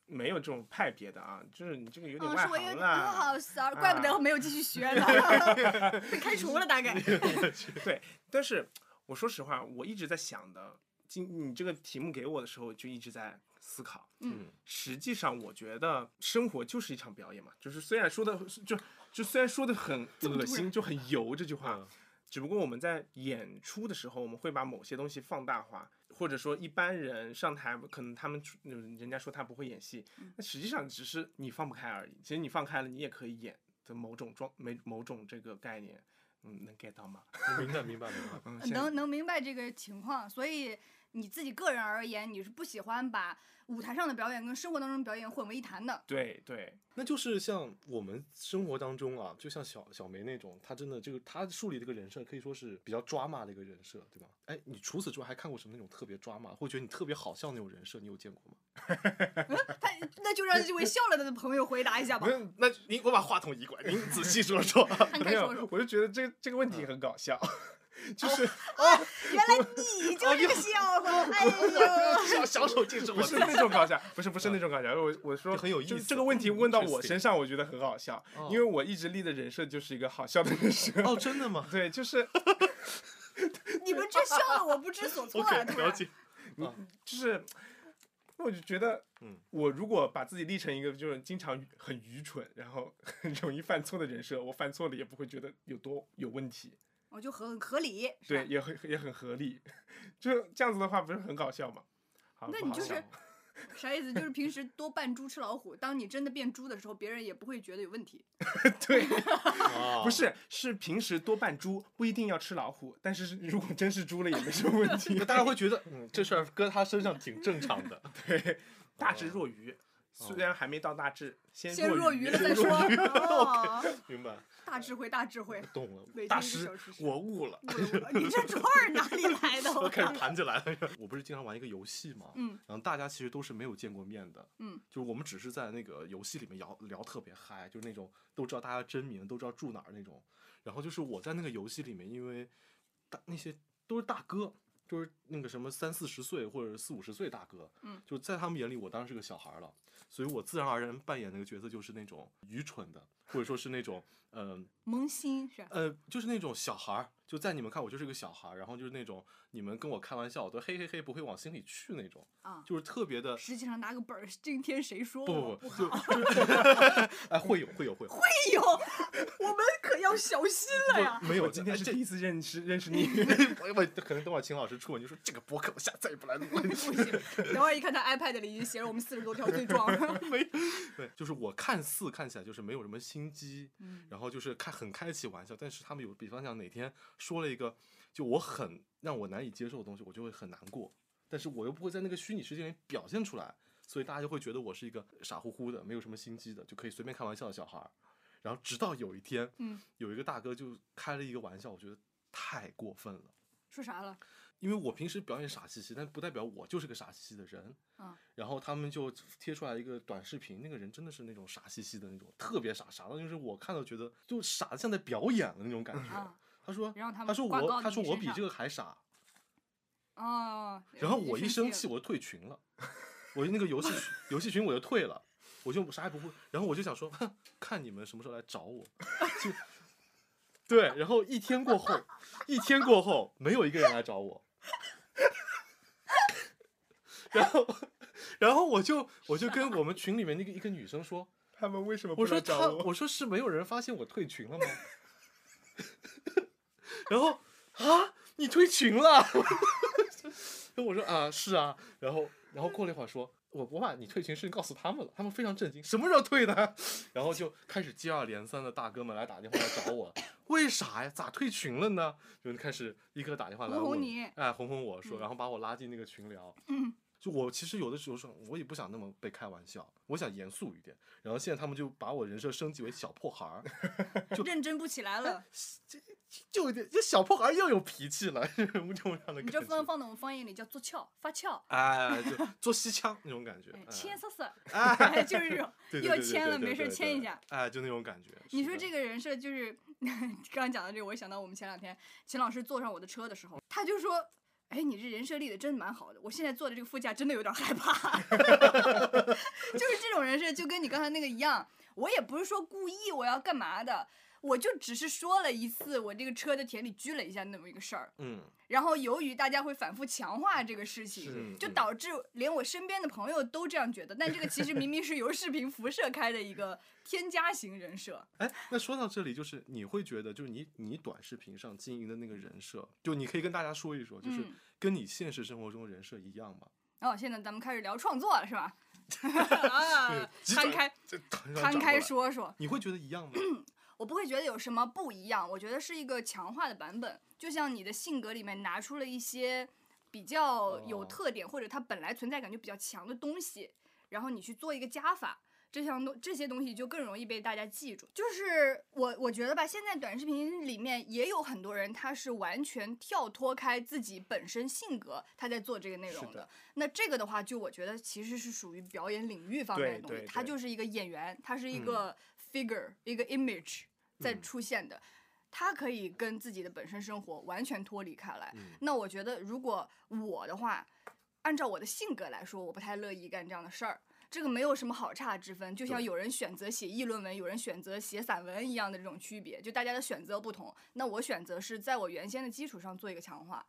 Speaker 3: 没有这种派别的啊，就是你这个有点
Speaker 2: 哦，
Speaker 3: 外
Speaker 2: 是我有
Speaker 3: 行啊
Speaker 2: 点，
Speaker 3: 啦。
Speaker 2: 我好 sorry，怪不得我没有继续学 呢，被开除了大概。
Speaker 3: 对，但是我说实话，我一直在想的，今你这个题目给我的时候，就一直在思考。
Speaker 2: 嗯，
Speaker 3: 实际上我觉得生活就是一场表演嘛，就是虽然说的就就虽然说的很
Speaker 2: 么
Speaker 3: 恶
Speaker 2: 突
Speaker 3: 心，就很油这句
Speaker 1: 嗯
Speaker 3: 话，只不过我们在演出的时候，我们会把某些东西放大化。或者说，一般人上台，可能他们出嗯人家说他不会演戏，那实际上只是你放不开而已。其实你放开了，你也可以演的某种状，某某种这个概念，嗯，能 get 到吗？
Speaker 1: 明白明白明白。
Speaker 3: 嗯，
Speaker 2: 呃
Speaker 3: 现在
Speaker 2: 能能明白这个情况，所以你自己个人而言，你是不喜欢把舞台上的表演跟生活当中的表演混为一谈的。
Speaker 3: 对对，
Speaker 1: 那就是像我们生活当中啊，就像小小梅那种，她真的这个她树立这个人设可以说是比较抓马的一个人设，对吧？哎，你除此之外还看过什么那种特别抓马，或者觉得你特别好笑那种人设，你有见过吗？
Speaker 2: 他那就让这位笑了的朋友回答一下吧
Speaker 1: 没。有，那您我把话筒移过来，您仔细说 说。
Speaker 2: 摊
Speaker 3: 没
Speaker 2: 开说
Speaker 3: 有
Speaker 2: 说，，
Speaker 3: 我就觉得这个这个问题很搞笑，嗯 哦就是
Speaker 2: 原来你
Speaker 3: 哦
Speaker 2: 就是个笑话，哎呦！
Speaker 1: 小小手竟是我
Speaker 3: 不是那种搞笑，不是不是那种搞笑，我我说
Speaker 1: 就很有
Speaker 3: 就
Speaker 1: 意思
Speaker 3: 这个问题问到我
Speaker 1: Interesting
Speaker 3: 身上，我觉得很好笑，
Speaker 1: 哦
Speaker 3: 因为我一直立的人设就是一个好笑的人设。
Speaker 1: 哦，真的吗
Speaker 3: 对，就是
Speaker 2: 你们这笑的我不知所 措啊！
Speaker 1: ？OK，
Speaker 2: 突
Speaker 1: 了
Speaker 2: 然，
Speaker 1: 解。
Speaker 3: 就是，我就觉得，
Speaker 1: 嗯，
Speaker 3: 我如果把自己立成一个就是经常愚很愚蠢，然后很容易犯错的人设，我犯错了也不会觉得有多有问题，
Speaker 2: 我就很合理。是吧
Speaker 3: 对，， 也很也很合理，就这样子的话不是很搞笑吗？好
Speaker 2: 那
Speaker 3: 不
Speaker 2: 你
Speaker 3: 好
Speaker 2: 就是
Speaker 3: 笑
Speaker 2: 啥意思？就是平时多扮猪吃老虎，当你真的变猪的时候，别人也不会觉得有问题。
Speaker 3: 对，
Speaker 1: 啊
Speaker 3: 不是，是平时多扮猪，不一定要吃老虎，但是如果真是猪了也没什么问题。
Speaker 1: 大家会觉得，嗯，这事儿搁他身上挺正常的。
Speaker 3: 对，大智若愚，虽然还没到大智，先
Speaker 2: 先
Speaker 3: 弱
Speaker 2: 弱
Speaker 3: 鱼
Speaker 2: 鱼了再说。哦，
Speaker 1: 明白，
Speaker 2: 大智慧，大智慧。
Speaker 1: 懂了，
Speaker 2: 伪
Speaker 1: 大
Speaker 2: 君是
Speaker 1: 师
Speaker 2: 小知，识
Speaker 1: 我悟 了。
Speaker 2: 我我你这串儿哪里来的？
Speaker 1: 我
Speaker 2: 我
Speaker 1: 开始
Speaker 2: 看
Speaker 1: 盘起来了。我不是经常玩一个游戏嘛，
Speaker 2: 嗯，
Speaker 1: 然后大家其实都是没有见过面的，
Speaker 2: 嗯，
Speaker 1: 就是我们只是在那个游戏里面聊聊特别嗨，就是那种都知道大家真名，都知道住哪儿那种。然后就是我在那个游戏里面，因为大那些都是大哥，就是那个什么三四十岁或者四五十岁大哥，
Speaker 2: 嗯，
Speaker 1: 就在他们眼里我当然是个小孩儿了，所以我自然而然扮演那个角色就是那种愚蠢的，或者说是那种嗯。
Speaker 2: 萌新是吧？
Speaker 1: 呃，就是那种小孩儿，就在你们看我就是个小孩儿，然后就是那种你们跟我开玩笑，我都嘿嘿嘿不会往心里去那种，
Speaker 2: 啊，
Speaker 1: 就是特别的
Speaker 2: 实际上拿个本儿，今天谁说
Speaker 1: 不
Speaker 2: 我
Speaker 1: 不
Speaker 2: 哦不
Speaker 1: 不，
Speaker 2: 好？
Speaker 1: 就就是 哎会有会有会有，
Speaker 2: 哎呦，我们可要小心了呀！
Speaker 1: 没有
Speaker 3: 我今天
Speaker 1: 哎
Speaker 3: 是
Speaker 1: 这
Speaker 3: 第一次认识认识你，
Speaker 1: 我我可能等会儿秦老师出门就说这个博客我下再也不来录了。
Speaker 2: 不行，等会儿一看他 iPad 里已经写着我们四十多条罪状。
Speaker 1: 对，就是我看似看起来就是没有什么心机，
Speaker 2: 嗯
Speaker 1: 然后就是开很开得起玩笑，但是他们有，比方讲哪天说了一个就我很让我难以接受的东西，我就会很难过，但是我又不会在那个虚拟世界里表现出来，所以大家就会觉得我是一个傻乎乎的、没有什么心机的，就可以随便开玩笑的小孩儿。然后直到有一天，
Speaker 2: 嗯，
Speaker 1: 有一个大哥就开了一个玩笑，我觉得太过分了。
Speaker 2: 说啥了？
Speaker 1: 因为我平时表演傻兮兮，但不代表我就是个傻兮兮的人。
Speaker 2: 嗯
Speaker 1: 然后他们就贴出来一个短视频，那个人真的是那种傻兮兮的那种，特别傻，傻到就是我看到觉得就傻的像在表演了那种感觉。
Speaker 2: 啊，
Speaker 1: 他说，
Speaker 2: 然后他们
Speaker 1: 他说
Speaker 2: 挂
Speaker 1: 我，
Speaker 2: 到
Speaker 1: 他
Speaker 2: 你
Speaker 1: 说我
Speaker 2: 身
Speaker 1: 比
Speaker 2: 上
Speaker 1: 这个还傻。
Speaker 2: 哦，
Speaker 1: 然后我一生气，
Speaker 2: 了，
Speaker 1: 我就退群了，我那个游戏游戏群我就退了，我就啥也不会。然后我就想说，哼看你们什么时候来找我。就对，然后一天过后，一天过后没有一个人来找我， 然后然后我就我就跟我们群里面那个一个女生说，
Speaker 3: 他们为什么不
Speaker 1: 我
Speaker 3: 来
Speaker 1: 说
Speaker 3: 找
Speaker 1: 他，
Speaker 3: 我？
Speaker 1: 我说是没有人发现我退群了吗？ 然后啊，你退群了？ 然后我说啊，是啊。然后，然后过了一会儿说，我我把你退群事情告诉他们了，他们非常震惊，什么时候退的？ 然后就开始接二连三的大哥们来打电话来找我， 为啥呀？咋退群了呢？就开始立刻打电话来
Speaker 2: 哄哄
Speaker 1: 问，
Speaker 2: 你
Speaker 1: 哎，哄哄我说，
Speaker 2: 嗯
Speaker 1: 然后把我拉进那个群聊。
Speaker 2: 嗯
Speaker 1: 就我其实有的时候说，我也不想那么被开玩笑，我想严肃一点。然后现在他们就把我人设升级为小破孩儿，
Speaker 2: 认真不起来了。
Speaker 1: 就有点这小破孩儿又有脾气了， 这种这样的
Speaker 2: 你这
Speaker 1: 感
Speaker 2: 放
Speaker 1: 觉。
Speaker 2: 放到我们方言里叫做翘发翘，
Speaker 1: 哎，就做西腔那种感觉，
Speaker 2: 哎
Speaker 1: 哎
Speaker 2: 牵 瑟瑟，
Speaker 1: 哎，
Speaker 2: 就 是这种。
Speaker 1: 对
Speaker 2: 又牵了没事儿牵一，
Speaker 1: 对
Speaker 2: 下
Speaker 1: 对对对对对哎，就那种感觉。
Speaker 2: 你说这
Speaker 1: 个，
Speaker 2: 个人设就是， 刚刚讲到这个，我想到我们前两天秦老师坐上我的车的时候，他就说：“哎，你这人设立的真蛮好的，我现在坐的这个副驾真的有点 害怕。” 就是这种人设，就跟你刚才那个一样，我也不是说故意我要干嘛的，我就只是说了一次我这个车在田里撅了一下那么一个事儿，
Speaker 1: 嗯，
Speaker 2: 然后由于大家会反复强化这个事情，
Speaker 1: 是
Speaker 2: 就
Speaker 1: 嗯
Speaker 2: 导致连我身边的朋友都这样觉得，但这个其实明明是由视频辐射开的一个添加型人设。
Speaker 1: 哎，那说到这里，就是你会觉得，就是你你短视频上经营的那个人设，就你可以跟大家说一说，就是
Speaker 2: 嗯
Speaker 1: 跟你现实生活中人设一样吗？
Speaker 2: 哦，现在咱们开始聊创作了，是吧？ 啊，
Speaker 1: 急
Speaker 2: 摊
Speaker 1: 转
Speaker 2: 开
Speaker 1: 这突然
Speaker 2: 摊
Speaker 1: 转过
Speaker 2: 开
Speaker 1: 来，
Speaker 2: 说说，
Speaker 1: 你会觉得一 样吗？
Speaker 2: 我不会觉得有什么不一样，我觉得是一个强化的版本，就像你的性格里面拿出了一些比较有
Speaker 1: 哦
Speaker 2: 特点、或者它本来存在感就比较强的东西，然后你去做一个加法。这项东这些东西就更容易被大家记住。就是我我觉得吧，现在短视频里面也有很多人，他是完全跳脱开自己本身性格，他在做这个内容
Speaker 3: 是的
Speaker 2: 那这个的话，就我觉得其实是属于表演领域方面的
Speaker 3: 对
Speaker 2: 东西，
Speaker 3: 对
Speaker 2: 它
Speaker 3: 对
Speaker 2: 就是一个演员，它是一
Speaker 1: 嗯
Speaker 2: 个 figure，、一个 image 在
Speaker 1: 嗯
Speaker 2: 出现的，它可以跟自己的本身生活完全脱离开来。
Speaker 1: 嗯
Speaker 2: 那我觉得，如果我的话，按照我的性格来说，我不太乐意干这样的事儿。这个没有什么好差之分，就像
Speaker 1: 对
Speaker 2: 有人选择写议论文，有人选择写散文一样的这种区别，就大家的选择不同。那我选择是在我原先的基础上做一个强化，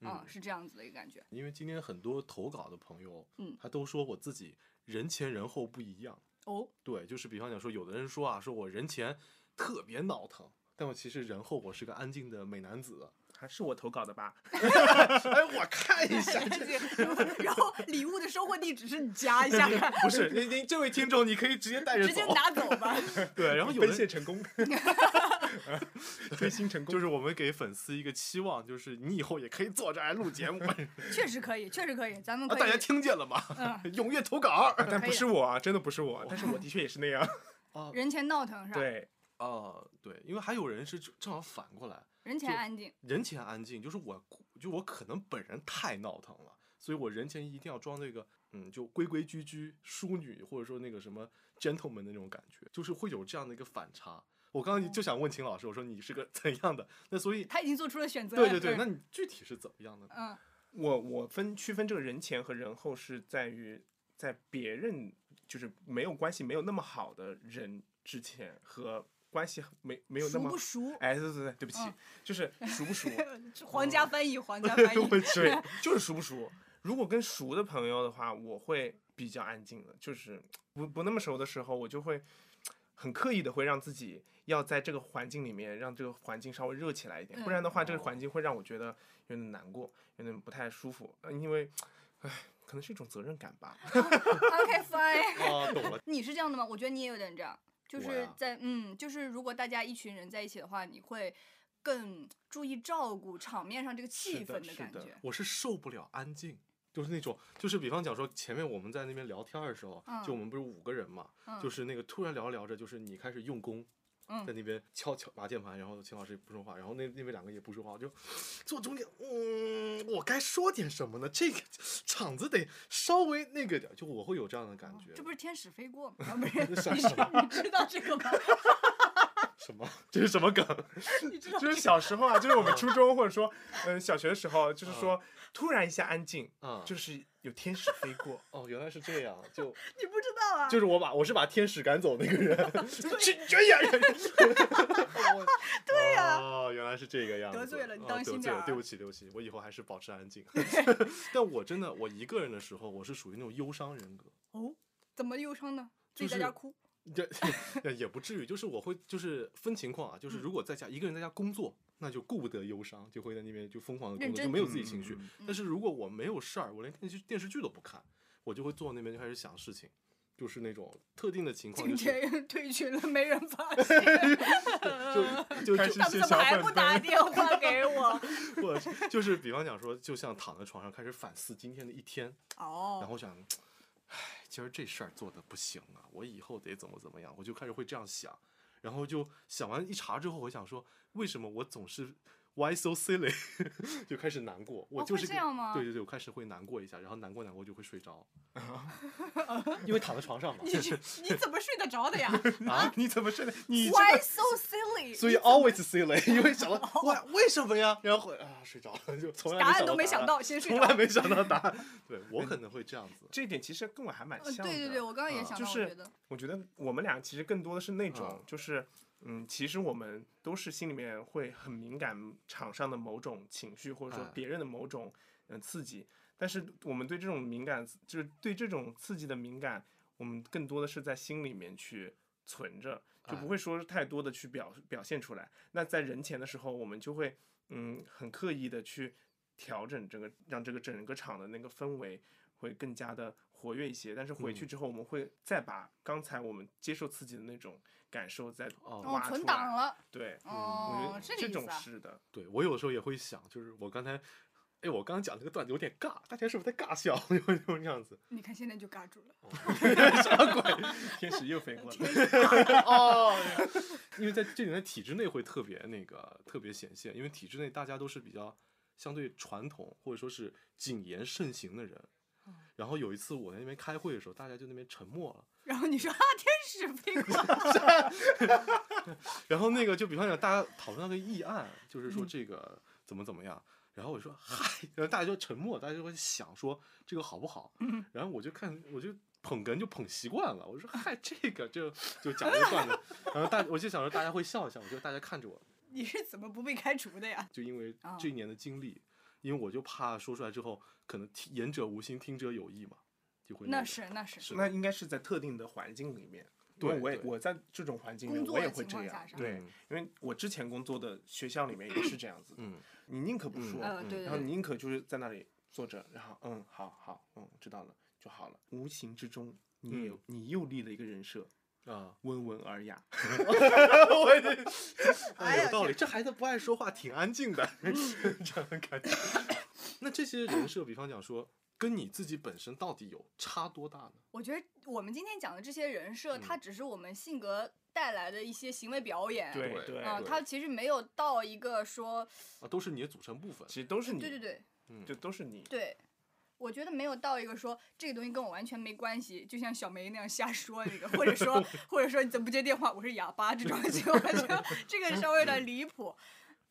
Speaker 1: 嗯
Speaker 2: 是这样子的一个感觉。
Speaker 1: 因为今天很多投稿的朋友，
Speaker 2: 嗯
Speaker 1: 他都说我自己人前人后不一样。
Speaker 2: 哦，
Speaker 1: 对，就是比方讲说，有的人说 啊，说我人前特别闹腾，但我其实人后我是个安静的美男子。
Speaker 3: 看是我投稿的 吧？
Speaker 1: 哎，我看一下，这
Speaker 2: 然后礼物的收货地址是你夹一下，
Speaker 1: 不是您您这位听众，你可以直接带着
Speaker 2: 直接
Speaker 3: 哦
Speaker 1: 走。
Speaker 2: 拿走吧。
Speaker 1: 对，然后有
Speaker 3: 奔
Speaker 1: 人
Speaker 3: 现成 功，追星成功
Speaker 1: 就。是我们给粉丝一个期望，就是你以后也可以坐这儿来录 节目，啊
Speaker 2: 确实可以，确实可以，咱们可
Speaker 1: 大家
Speaker 2: 以。
Speaker 1: 听见了吗？
Speaker 2: 嗯，
Speaker 1: 踊跃投稿。
Speaker 3: 但
Speaker 2: 可
Speaker 3: 不
Speaker 2: 以
Speaker 3: 是我啊，真的不是我，但是我的确也是那样。
Speaker 1: 啊
Speaker 2: 人前闹腾是吧？，
Speaker 3: 对，
Speaker 1: 啊，对，因为还有人是正好反过来，
Speaker 2: 人前
Speaker 1: 就
Speaker 2: 安静。
Speaker 1: 人前安静，就是我就我可能本人太闹腾了，所以我人前一定要装那个嗯，就规规矩矩淑女，或者说那个什么 gentleman 的那种感觉，就是会有这样的一个反差。我刚刚就想问秦老师，我说你是个 怎样的？那所以
Speaker 2: 他已经做出了选择了。
Speaker 1: 对对对，那你具体是怎么样的 呢？
Speaker 2: 嗯，
Speaker 3: 我我分区分这个人前和人后是在于在别人就是没有关系没有那么好的人之前和关系没没有那
Speaker 2: 熟
Speaker 3: 么
Speaker 2: 不熟？
Speaker 3: 哎对对对对不起，
Speaker 2: 嗯
Speaker 3: 就是熟不熟？
Speaker 2: 皇
Speaker 3: 哦
Speaker 2: 家翻 译，皇家 翻译。
Speaker 3: 对，就是熟不熟。如果跟熟的朋友的话，我会比较安静的，就是不不那么熟的时候，我就会很刻意的会让自己要在这个环境里面，让这个环境稍微热起来一点，不然的话，这个环境会让我觉得有点难过，有点不太舒服，呃因为，唉，可能是一种责任感吧。
Speaker 2: OK fine。
Speaker 1: 啊，懂了。
Speaker 2: 你是这样的吗？我觉得你也有点这样，就
Speaker 1: 我
Speaker 2: 是
Speaker 1: 呀
Speaker 2: 在嗯，就是如果大家一群人在一起的话，你会更注意照顾场面上这个气
Speaker 3: 是
Speaker 2: 氛
Speaker 3: 的是
Speaker 2: 感
Speaker 3: 的
Speaker 2: 觉。
Speaker 1: 我是受不了安静，就是那种，就是比方讲说，前面我们在那边聊天的时候，
Speaker 2: 嗯
Speaker 1: 就我们不是五个人嘛，
Speaker 2: 嗯，
Speaker 1: 就是那个突然聊着聊着，就是你开始用功，
Speaker 2: 嗯
Speaker 1: 在那边敲敲拿键盘，然后秦老师也不说话，然后那那边两个也不说话，我就坐中间，嗯，我该说点什么呢？这个场子得稍微那个点儿，就我会有这样的感觉。
Speaker 2: 哦这不是天使飞 过吗？啊不是，你
Speaker 1: 这啥
Speaker 2: 知你知道这个吗？
Speaker 1: 什么？ 这是什么梗？
Speaker 2: 你知道
Speaker 3: 就是小时候啊，就是我们 初中或者说，嗯、小学的时候，就是说突然一下安静，
Speaker 1: 啊、，
Speaker 3: 就是有天使飞过
Speaker 1: 哦，原来是这样，就
Speaker 2: 你不知道啊？
Speaker 1: 就是我把我是把天使赶走那个 人，去远远远。对呀、哦，原来是这个样子。
Speaker 2: 得罪了你
Speaker 1: 哦
Speaker 2: 当心
Speaker 1: 得罪了
Speaker 2: 点儿
Speaker 1: 对不起，对不起，我以后还是保持安静。 但我真的，我一个人的时候，我是属于那种忧伤人格。
Speaker 2: 哦，怎么忧伤呢？自
Speaker 1: 就
Speaker 2: 己在家
Speaker 1: 是
Speaker 2: 哭。
Speaker 1: 这 也也不至于，就是我会就是分情况啊，就是
Speaker 2: 嗯
Speaker 1: 如果在家一个人在家工作，那就顾不得忧伤，就会在那边就疯狂的
Speaker 2: 认
Speaker 1: 工作，就
Speaker 2: 真
Speaker 1: 没有自己情绪。
Speaker 3: 嗯嗯
Speaker 1: 但是如果我没有事儿，我连电视电视剧都不看，我就会坐那边就开始想事情，就是那种特定的情况，
Speaker 2: 今
Speaker 1: 就是
Speaker 2: 天退群了，没人 发现，
Speaker 1: 就
Speaker 3: 开
Speaker 1: 就
Speaker 3: 始
Speaker 2: 他们怎么还不打电话给我？
Speaker 1: 我就是比方讲说，就像躺在床上开始反思今天的一天， 然
Speaker 2: 哦，
Speaker 1: 后想，唉，今儿这事儿做的不行啊，我以后得怎么怎么样，我就开始会这样想，然后就想完一查之后，我想说，为什么我总是 why so silly，就 开始难过，我
Speaker 2: 哦
Speaker 1: 就
Speaker 2: 会
Speaker 1: 是
Speaker 2: 这
Speaker 1: 个
Speaker 2: 样吗
Speaker 1: 对对对，我开始会难过一下，然后难过难过就会睡着， 因为躺在床上嘛
Speaker 2: 你你怎么睡得着的呀
Speaker 1: 啊，你怎么睡的？你这
Speaker 2: ？Why so silly？
Speaker 1: 所以 always silly，因为想到 why 为什么呀？然后会啊睡着了，就从来
Speaker 2: 哦答案都
Speaker 1: 没
Speaker 2: 没想
Speaker 1: 到答案。
Speaker 2: 到，先睡
Speaker 1: 从
Speaker 2: 着
Speaker 1: 来。没想到答案。对我可能会这样子，
Speaker 3: 这一点其实跟我还蛮
Speaker 2: 嗯，
Speaker 3: 像的。
Speaker 2: 对对对，我刚刚也
Speaker 1: 嗯
Speaker 2: 想到，
Speaker 3: 就
Speaker 2: 我
Speaker 3: 是
Speaker 2: 觉得，
Speaker 3: 我觉得我们俩其实更多的是那种，
Speaker 1: 嗯
Speaker 3: 就是嗯，其实我们都是心里面会很敏感场上的某种情绪，或者说
Speaker 1: 哎
Speaker 3: 别人的某种嗯、呃刺激，但是我们对这种敏感，就是对这种刺激的敏感，我们更多的是在心里面去存着，就
Speaker 1: 哎
Speaker 3: 不会说太多的去表表现出来。那在人前的时候，我们就会嗯很刻意的去调整这个，让这个整个场的那个氛围会更加的活跃一些。但是回去
Speaker 1: 嗯
Speaker 3: 之后，我们会再把刚才我们接受刺激的那种感受再
Speaker 1: 哦
Speaker 2: 哦
Speaker 3: 挖，出
Speaker 2: 存
Speaker 3: 来。
Speaker 2: 档了，
Speaker 3: 对，
Speaker 2: 哦
Speaker 3: 我，觉
Speaker 2: 这个
Speaker 3: 得
Speaker 2: 意
Speaker 3: 这
Speaker 2: 思
Speaker 3: 种
Speaker 2: 啊。
Speaker 3: 是的，
Speaker 1: 对我有时候也会想，就是我刚才，哎，我刚刚讲这个段子有点尬，大家是不是在尬笑？ 有有这样子，
Speaker 2: 你看现在就尬住了，
Speaker 1: 什么鬼？
Speaker 3: 天使又飞过来。
Speaker 1: 哦， 因为在这里在体制内会特别那个特别显现，因为体制内大家都是比较相对传统或者说是谨言慎行的人。然后有一次我在那边开会的时候，大家就那边沉默了。
Speaker 2: 然后你说啊，天使飞过，
Speaker 1: 然后那个就比方讲，大家讨论到个议案，就是
Speaker 2: 嗯
Speaker 1: 说这个怎么怎么样。然后我说嗨，然后大家就沉默，大家就会想说这个好不好。
Speaker 2: 嗯
Speaker 1: 然后我就看，我就捧哏就捧习惯了，我说嗨，这个 就就讲这个段子。然后大我就想说大家会笑一笑，我觉得大家看着我，
Speaker 2: 你是怎么不被开除的呀？
Speaker 1: 就因为
Speaker 2: 哦
Speaker 1: 这一年的经历，因为我就怕说出来之后，可能听言者无心，听者有意嘛，就会
Speaker 2: 那
Speaker 1: 个
Speaker 2: 是那是，
Speaker 1: 是
Speaker 3: 那
Speaker 1: 的
Speaker 3: 应该是在特定的环境里面，因为
Speaker 1: 对
Speaker 3: 我也
Speaker 1: 对
Speaker 3: 我在这种环境
Speaker 2: 工
Speaker 3: 里面
Speaker 2: 作
Speaker 3: 我也
Speaker 2: 的
Speaker 3: 会
Speaker 2: 情
Speaker 3: 这
Speaker 2: 况
Speaker 3: 样嗯
Speaker 2: 下是，吧
Speaker 3: 对，因为我之前工作的学校里面也是这样子的，
Speaker 1: 嗯
Speaker 3: 你宁可不
Speaker 1: 嗯
Speaker 3: 说，
Speaker 2: 呃，对对
Speaker 3: 然后
Speaker 2: 对，
Speaker 3: 你宁可就是在那里坐着，然后嗯，好好，嗯，知道了就好了。无形之中，你也、
Speaker 1: 嗯
Speaker 3: 你又立了一个人设，
Speaker 1: 啊，
Speaker 3: 温文尔雅。
Speaker 1: 我也
Speaker 2: 哎
Speaker 1: 有
Speaker 2: 呀
Speaker 1: 道理，这孩子不爱说话，挺安静 的，这样的感觉。那这些人设，比方讲说，跟你自己本身到底有差多大呢？
Speaker 2: 我觉得我们今天讲的这些人设，
Speaker 1: 嗯
Speaker 2: 它只是我们性格带来的一些行为表演，
Speaker 3: 对
Speaker 1: 对
Speaker 3: 对，
Speaker 2: 啊，
Speaker 1: 对
Speaker 2: 它其实没有到一个说，
Speaker 1: 啊，都是你的组成部分。
Speaker 3: 其实都是
Speaker 2: 对对
Speaker 3: 你，
Speaker 2: 对
Speaker 1: 嗯，
Speaker 3: 就都是你。
Speaker 2: 对。我觉得没有到一个说这个东西跟我完全没关系，就像小梅那样瞎说那个，或者 说或者说你怎么不接电话，我是哑巴这种，就我觉得 这个稍微有点离谱。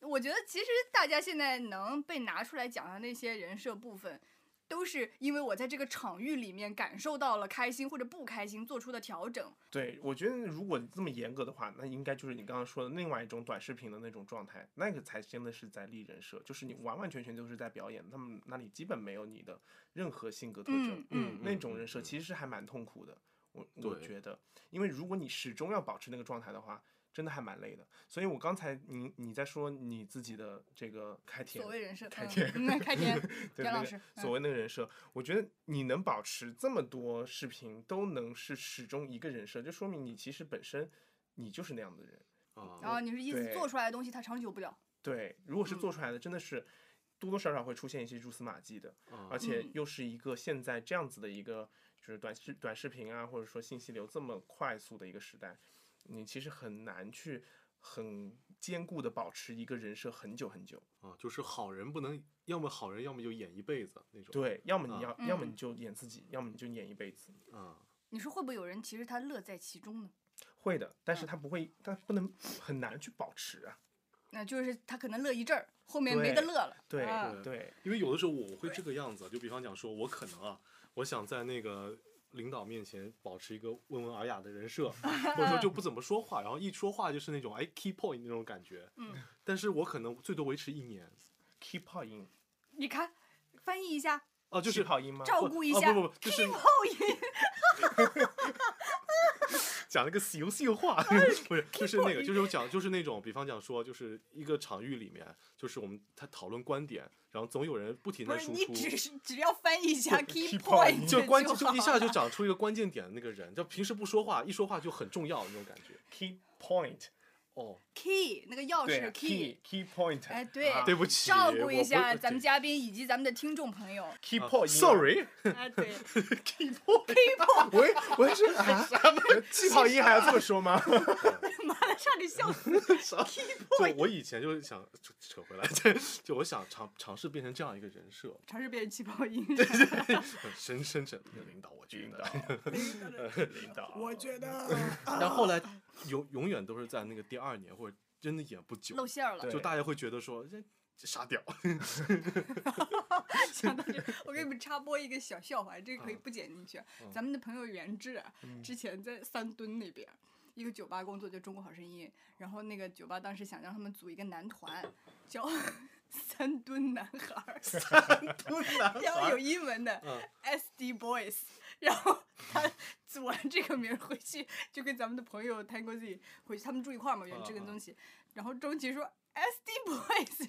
Speaker 2: 我觉得其实大家现在能被拿出来讲的那些人设部分，都是因为我在这个场域里面感受到了开心或者不开心做出的调整。
Speaker 3: 对，我觉得如果这么严格的话，那应该就是你刚刚说的另外一种短视频的那种状态，那个才真的是在立人设，就是你完完全全就是在表演，那么那里基本没有你的任何性格特征。
Speaker 2: 嗯嗯
Speaker 3: 那种人设
Speaker 1: 嗯
Speaker 3: 其实是还蛮痛苦的，我我
Speaker 1: 对
Speaker 3: 觉得，因为如果你始终要保持那个状态的话，真的还蛮累的。所以我刚才你你在说你自己的这个开田
Speaker 2: 所，谓人设，
Speaker 3: 开
Speaker 2: 嗯
Speaker 3: 天
Speaker 2: 嗯，开天，
Speaker 3: 对
Speaker 2: 袁
Speaker 3: 那
Speaker 2: 老
Speaker 3: 个
Speaker 2: 师嗯
Speaker 3: 所谓那个人设，我觉得你能保持这么多视频都能是始终一个人设，就说明你其实本身你就是那样的人。
Speaker 2: 然
Speaker 1: 啊，
Speaker 2: 后你是意思
Speaker 3: 对
Speaker 2: 做出来的东西它长久不了。
Speaker 3: 对，如果是
Speaker 2: 嗯
Speaker 3: 做出来的，真的是多多少少会出现一些蛛丝马迹的。而
Speaker 1: 啊
Speaker 3: 且
Speaker 2: 嗯
Speaker 3: 又是一个现在这样子的一个，就是短视短视频啊，或者说信息流这么快速的一个时代，你其实很难去很坚固的保持一个人设很久很久。
Speaker 1: 啊，就是好人不能，要么好人，要么就演一辈子那种。
Speaker 3: 对，要么你要，
Speaker 1: 啊
Speaker 3: 要么
Speaker 2: 嗯
Speaker 3: 你就演自己，要么你就演一辈子。
Speaker 1: 啊，
Speaker 2: 你说会不会有人其实他乐在其中呢？
Speaker 3: 会的，但是
Speaker 2: 嗯
Speaker 3: 他不会，他不能很难去保持啊。
Speaker 2: 那就是他可能乐一阵儿，后面没得
Speaker 3: 对
Speaker 2: 乐了。
Speaker 3: 对、
Speaker 2: 啊
Speaker 1: 对
Speaker 3: 对，
Speaker 1: 因为有的时候我会这个样子，就比方讲说，我可能啊，我想在那个领导面前保持一个温文尔雅的人 设，或者说就不怎么说话，然后一说话就是那种哎 key point 那种感觉。
Speaker 2: 嗯，
Speaker 1: 但是我可能最多维持一年，
Speaker 3: 气泡音，
Speaker 2: 你看，翻译一下，
Speaker 1: 啊，就
Speaker 3: 气
Speaker 1: 是
Speaker 3: 泡音吗？
Speaker 2: 照顾一
Speaker 1: 啊
Speaker 2: 下
Speaker 1: 不不不，就是
Speaker 2: 后音
Speaker 1: 讲了个游戏话，
Speaker 2: 哎
Speaker 1: 不是，就是那个，就是我讲，就是那种，比方讲说，就是一个场域里面，就是我们他讨论观点，然后总有人不停
Speaker 2: 不
Speaker 1: 的
Speaker 2: 是
Speaker 1: 输
Speaker 2: 你
Speaker 1: 出，
Speaker 2: 只是只要翻译一下 key
Speaker 3: key
Speaker 2: point，
Speaker 3: point，
Speaker 1: 就关
Speaker 2: 就
Speaker 1: 键就
Speaker 2: 好
Speaker 1: 一下
Speaker 2: 了
Speaker 1: 就长出一个关键点的那个人，就平时不说话，一说话就很重要那种感觉。
Speaker 3: key point，
Speaker 1: 哦，
Speaker 2: key 那个钥
Speaker 3: 对啊
Speaker 2: 匙哦 key。
Speaker 3: key point，
Speaker 2: 哎对
Speaker 3: 啊
Speaker 1: 对不起，
Speaker 2: 照顾一
Speaker 1: 我
Speaker 2: 下
Speaker 1: 不
Speaker 2: 咱们嘉宾以及咱们的听众 朋友
Speaker 3: key
Speaker 1: 啊
Speaker 3: point，
Speaker 1: sorry，
Speaker 2: 啊，对，
Speaker 3: 我也我 也是啊，气泡音还要这么说 吗？
Speaker 2: 妈的，差点笑死！
Speaker 1: 就我以前就是想扯扯回来， 就就我想尝尝试变成这样一个人设，
Speaker 2: 尝试变成气泡音，
Speaker 1: 深深圳的领导，我觉 得。
Speaker 3: 领导
Speaker 2: 我觉得
Speaker 1: 但后来永永远都是在那个第二年或者真的演不久，
Speaker 2: 露馅儿了。
Speaker 3: 对
Speaker 1: 就大家会觉得说这这傻屌，
Speaker 2: 想到 这，我给你们插播一个小笑话，这个可以
Speaker 1: 嗯
Speaker 2: 不剪进去。
Speaker 1: 嗯
Speaker 2: 咱们的朋友袁志啊
Speaker 3: 嗯
Speaker 2: 之前在三墩那边一个酒吧工作，就中国好声音。然后那个酒吧当时想让他们组一个男团，叫 三墩男 孩儿，然后有英文的
Speaker 1: 嗯
Speaker 2: SD Boys。然后他组完这个名儿回去，就跟咱们的朋友 Tango Z 回去，他们住一块儿嘛，袁志
Speaker 1: 嗯
Speaker 2: 跟
Speaker 1: 嗯
Speaker 2: 钟琦。然后钟琦说。SD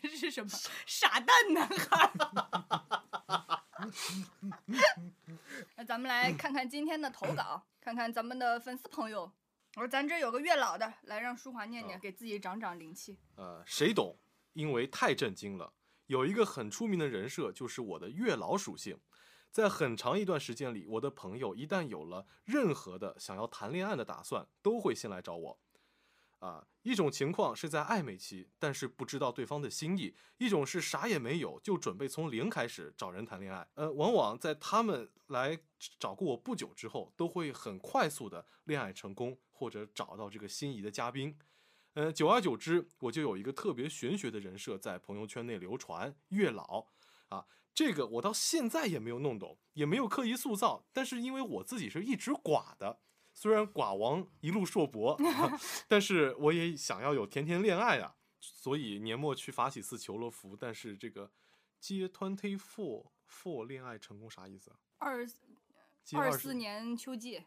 Speaker 2: Boys 是什么？傻蛋男孩儿。 那咱们来看看今天的投稿，看看咱们的粉丝朋友。我说咱这有个月老的，来让舒华念念，
Speaker 1: 啊
Speaker 2: 给自己长长灵气。
Speaker 1: 呃，谁懂？因为太震惊了。有一个很出名的人设，就是我的月老属性。在很长一段时间里，我的朋友一旦有了任何的想要谈恋爱的打算，都会先来找我。啊，一种情况是在暧昧期，但是不知道对方的心意；一种是啥也没有，就准备从零开始找人谈恋爱。呃，往往在他们来找过我不久之后，都会很快速的恋爱成功，或者找到这个心仪的嘉宾。呃，久而久之，我就有一个特别玄学的人设在朋友圈内流传——月老啊。这个我到现在也没有弄懂，也没有刻意塑造，但是因为我自己是一直寡的，虽然寡王一路硕博 啊、但是我也想要有甜甜恋爱啊，所以年末去法喜寺求了福，但是这个接 twenty four four 恋爱成功啥意思啊？
Speaker 2: 二
Speaker 1: 接
Speaker 2: 二
Speaker 1: 20
Speaker 2: 四年秋季，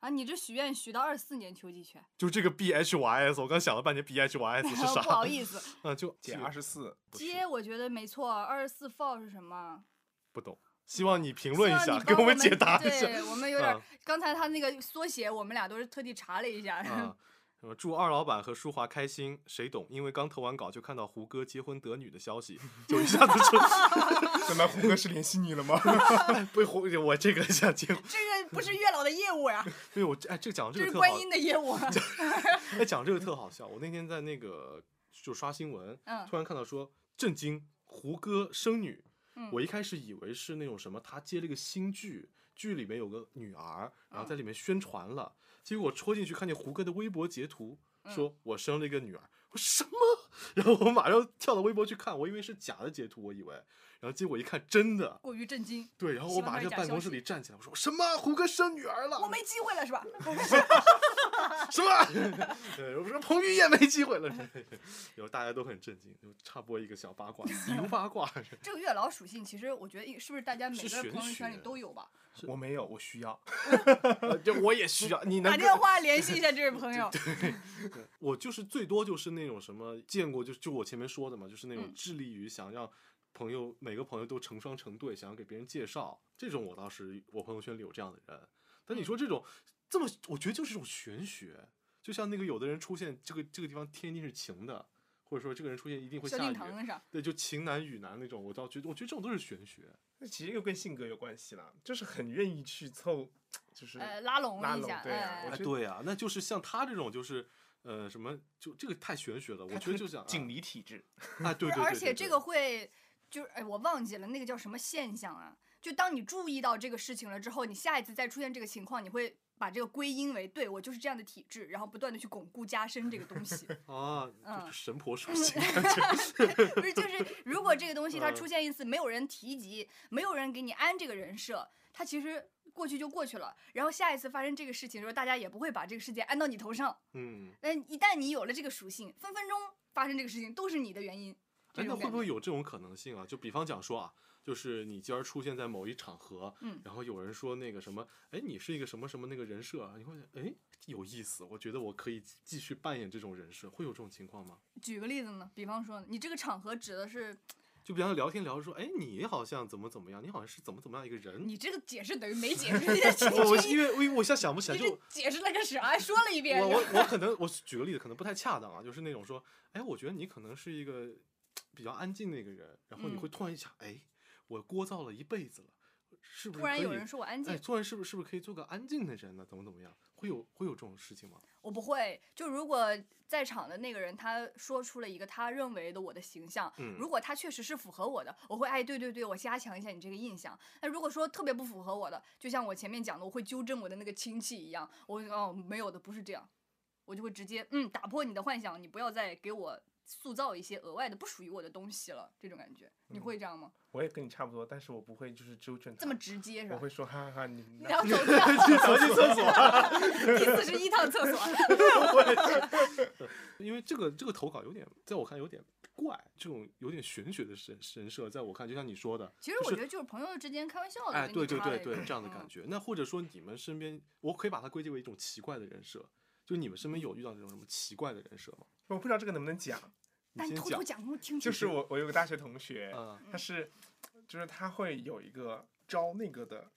Speaker 2: 啊，你这许愿许到二四年秋季去，
Speaker 1: 就这个 B H Y S，我刚想了半天 B H Y S 是啥？
Speaker 2: 不好意思，
Speaker 1: 啊，就
Speaker 3: 减二十四，
Speaker 1: 不是
Speaker 2: 街我觉得没错，二十四 fall 是什么？
Speaker 1: 不懂，希望你评论一
Speaker 2: 希望
Speaker 1: 下，
Speaker 2: 你
Speaker 1: 给
Speaker 2: 帮我
Speaker 1: 们解答一下。
Speaker 2: 对我们有点
Speaker 1: 啊，
Speaker 2: 刚才他那个缩写，我们俩都是特地查了一下。
Speaker 1: 啊，什么祝二老板和舒华开心，谁懂？因为刚投完稿就看到胡歌结婚得女的消息，就一下子 就
Speaker 3: 怎么胡歌是联系你了吗？
Speaker 1: 被胡我这个想结婚，
Speaker 2: 这个不是月老的业务 啊，
Speaker 1: 对我哎，这个讲这
Speaker 2: 这
Speaker 1: 个
Speaker 2: 是
Speaker 1: 特好
Speaker 2: 观，音的 业务啊。
Speaker 1: 哎，讲这个特好笑。我那天在那个就刷新闻，
Speaker 2: 嗯
Speaker 1: 突然看到说震惊，胡歌生女。
Speaker 2: 嗯
Speaker 1: 我一开始以为是那种什么，他接了一个新剧，剧里面有个女儿，
Speaker 2: 嗯
Speaker 1: 然后在里面宣传了。结果我戳进去看见胡歌的微博截图，
Speaker 2: 嗯
Speaker 1: 说我生了一个女儿。我什么？ 然后我马上跳到微博去看，我以为是假的截图，我以为。然后结果一看真的，
Speaker 2: 过于震惊，
Speaker 1: 对。然后
Speaker 2: 喜
Speaker 1: 我
Speaker 2: 欢
Speaker 1: 马
Speaker 2: 买
Speaker 1: 上在
Speaker 2: 假
Speaker 1: 办
Speaker 2: 消
Speaker 1: 公室里站起来，我说什么？胡歌生女儿了？
Speaker 2: 我没机会了是吧？
Speaker 1: 什 么？对，我说彭于晏没机 会了。然后大家都很震惊，就插播一个小 八卦，零八卦。
Speaker 2: 这个月老属性，其实我觉得是不是大家每
Speaker 1: 是
Speaker 2: 个人
Speaker 1: 玄
Speaker 2: 朋友圈里
Speaker 1: 学
Speaker 2: 都有吧？
Speaker 3: 我没有，我需要。
Speaker 1: 这呃我也需要，你能
Speaker 2: 打
Speaker 1: 跟
Speaker 2: 电话 联系一下这位朋友。
Speaker 1: 我就是最多就是那种什么见过，就就我前面说的嘛，就是那种
Speaker 2: 嗯
Speaker 1: 致力于想让朋友、每个朋友都成双成对，想要给别人介绍，这种我倒是我朋友圈里有这样的人。但
Speaker 2: 嗯
Speaker 1: 你说这种、这么，我觉得就是一种玄学，就像那个有的人出现这个这个地方天一定是晴的，或者说这个人出现一定会
Speaker 2: 萧
Speaker 1: 下
Speaker 2: 敬
Speaker 1: 雨，
Speaker 2: 腾上，
Speaker 1: 对，就晴男雨男那种，我倒觉得我觉得这种都是玄学。
Speaker 3: 那其实又跟性格有关系啦，就是很愿意去凑，就是
Speaker 2: 呃，拉拢
Speaker 3: 拉
Speaker 2: 一
Speaker 3: 拢
Speaker 2: 下，
Speaker 3: 对啊
Speaker 2: 哎
Speaker 3: 我
Speaker 1: 哎，
Speaker 3: 觉得
Speaker 1: 对啊，那就是像他这种就是。呃，什么就这个太玄学了，我
Speaker 3: 他
Speaker 1: 觉得
Speaker 3: 这
Speaker 1: 就
Speaker 3: 个
Speaker 1: 想
Speaker 3: 锦鲤体质，
Speaker 1: 啊，对对对
Speaker 2: 而
Speaker 1: 对
Speaker 2: 且这
Speaker 1: 对
Speaker 2: 个会，就是哎，我忘记了那个叫什么现象啊。就当你注意到这个事情了之后，你下一次再出现这个情况，你会把这个归因为对我就是这样的体质，然后不断的去巩固加深这个 东西。
Speaker 1: 啊，就
Speaker 2: 嗯
Speaker 1: 是神婆 属性感觉，
Speaker 2: 不是，就是如果这个东西它
Speaker 1: 嗯
Speaker 2: 出现一次没有人提及，没有人给你安这个人设，它其实过去就过去了。然后下一次发生这个事情的时候，大家也不会把这个事件安到你头上。
Speaker 1: 嗯，
Speaker 2: 但一旦你有了这个属性，分分钟发生这个事情都是你的原因。
Speaker 1: 哎，
Speaker 2: 这
Speaker 1: 那
Speaker 2: 种
Speaker 1: 会
Speaker 2: 感
Speaker 1: 不
Speaker 2: 觉
Speaker 1: 会有这种可能性啊？就比方讲说啊，就是你今儿出现在某一场合，
Speaker 2: 嗯
Speaker 1: 然后有人说那个什么，哎，你是一个什么什么那个人设啊，你会哎有意思，我觉得我可以继续扮演这种人设，会有这种情况吗？
Speaker 2: 举个例子呢？比方说，你这个场合指的是
Speaker 1: 就比方聊天聊着说，哎，你好像怎么怎么样，你好像是怎么怎么样一个人。
Speaker 2: 你这个解释等于没 解释，
Speaker 1: 我我因为我我一下想不起来，
Speaker 2: 你
Speaker 1: 就
Speaker 2: 这解释了个啥？说了一遍
Speaker 1: 我，我我可能我举个例子，可能不太恰当啊，就是那种说，哎，我觉得你可能是一个比较安静的一个人，然后你
Speaker 2: 嗯
Speaker 1: 会突然一想，哎，我聒噪了一辈子了，是不是
Speaker 2: 突然
Speaker 1: 可
Speaker 2: 有
Speaker 1: 以
Speaker 2: 人说我安静
Speaker 1: 哎，，突然是不是是不是可以做个安静的人呢？怎么怎么样？会有会有这种事情吗？
Speaker 2: 我不会。就如果在场的那个人他说出了一个他认为的我的形象，
Speaker 1: 嗯
Speaker 2: 如果他确实是符合我的，我会哎对对对，我加强一下你这个印象。那如果说特别不符合我的，就像我前面讲的，我会纠正我的那个亲戚一样，我会哦没有的不是这样，我就会直接嗯打破你的幻想，你不要再给我塑造一些额外的不属于我的东西了，这种感觉，
Speaker 1: 嗯
Speaker 2: 你会这样吗？
Speaker 3: 我也跟你差不多，但是我不会就是纠正他
Speaker 2: 这么直接是
Speaker 3: 我
Speaker 2: 吧
Speaker 3: 会？说哈哈哈，你
Speaker 2: 你要走掉
Speaker 1: 去走去厕所。
Speaker 2: 第四十一趟厕所，
Speaker 1: 因为这个这个投稿有点，在我看有点怪，这种有点玄学的神神社，在我看就像你说的，
Speaker 2: 其实我觉得就是朋友之间开玩笑的，
Speaker 1: 哎，
Speaker 2: 给
Speaker 1: 对
Speaker 2: 你
Speaker 1: 对
Speaker 2: 插了
Speaker 1: 对
Speaker 2: 一
Speaker 1: 对
Speaker 2: 句，
Speaker 1: 这样的
Speaker 2: 嗯
Speaker 1: 感觉。那或者说你们身边，我可以把它归结为一种奇怪的人设，就你们身边有遇到这种什么奇怪的人设吗？
Speaker 3: 我不知道这个能不能讲，
Speaker 1: 你
Speaker 2: 但你
Speaker 1: 先
Speaker 2: 偷
Speaker 1: 讲
Speaker 2: 偷。讲给我听听。
Speaker 3: 就是我我有个大学同学，
Speaker 1: 啊，
Speaker 3: 他是就是他会有一个招那个的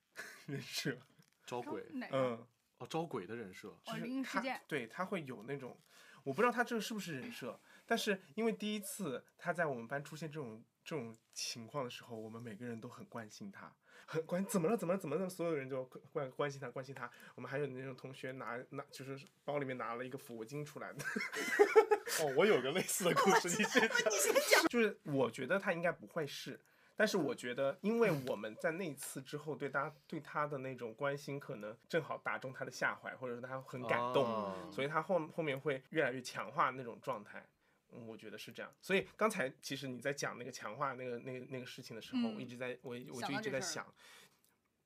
Speaker 3: 人设，
Speaker 1: 招鬼
Speaker 2: 哪个
Speaker 3: 嗯，
Speaker 1: 哦，招鬼的人设
Speaker 2: 哦
Speaker 3: 就
Speaker 2: 灵异
Speaker 3: 是
Speaker 2: 哎事
Speaker 3: 他
Speaker 2: 件
Speaker 3: 对他会有那种，我不知道他这个是不是人设，但是因为第一次他在我们班出现这种这种情况的时候，我们每个人都很关心他，很关怎么了怎么了怎么了，所有人就关关心他关心他。我们还有那种同学拿拿就是包里面拿了一个抚慰巾出来的。 哦，我有个类似的故事， 你先讲。就是我觉得他应该不会是。但是我觉得，因为我们在那一次之后，对他对他的那种关心，可能正好打中他的下怀，或者说他很感动，
Speaker 1: 哦
Speaker 3: 所以他后后面会越来越强化那种状态。嗯，我觉得是这样。所以刚才其实你在讲那个强化那个那个那个事情的时候，
Speaker 2: 嗯
Speaker 3: 我一直在我我
Speaker 2: 想
Speaker 3: 就
Speaker 2: 到
Speaker 3: 一直
Speaker 2: 这
Speaker 3: 在
Speaker 2: 事儿
Speaker 3: 想，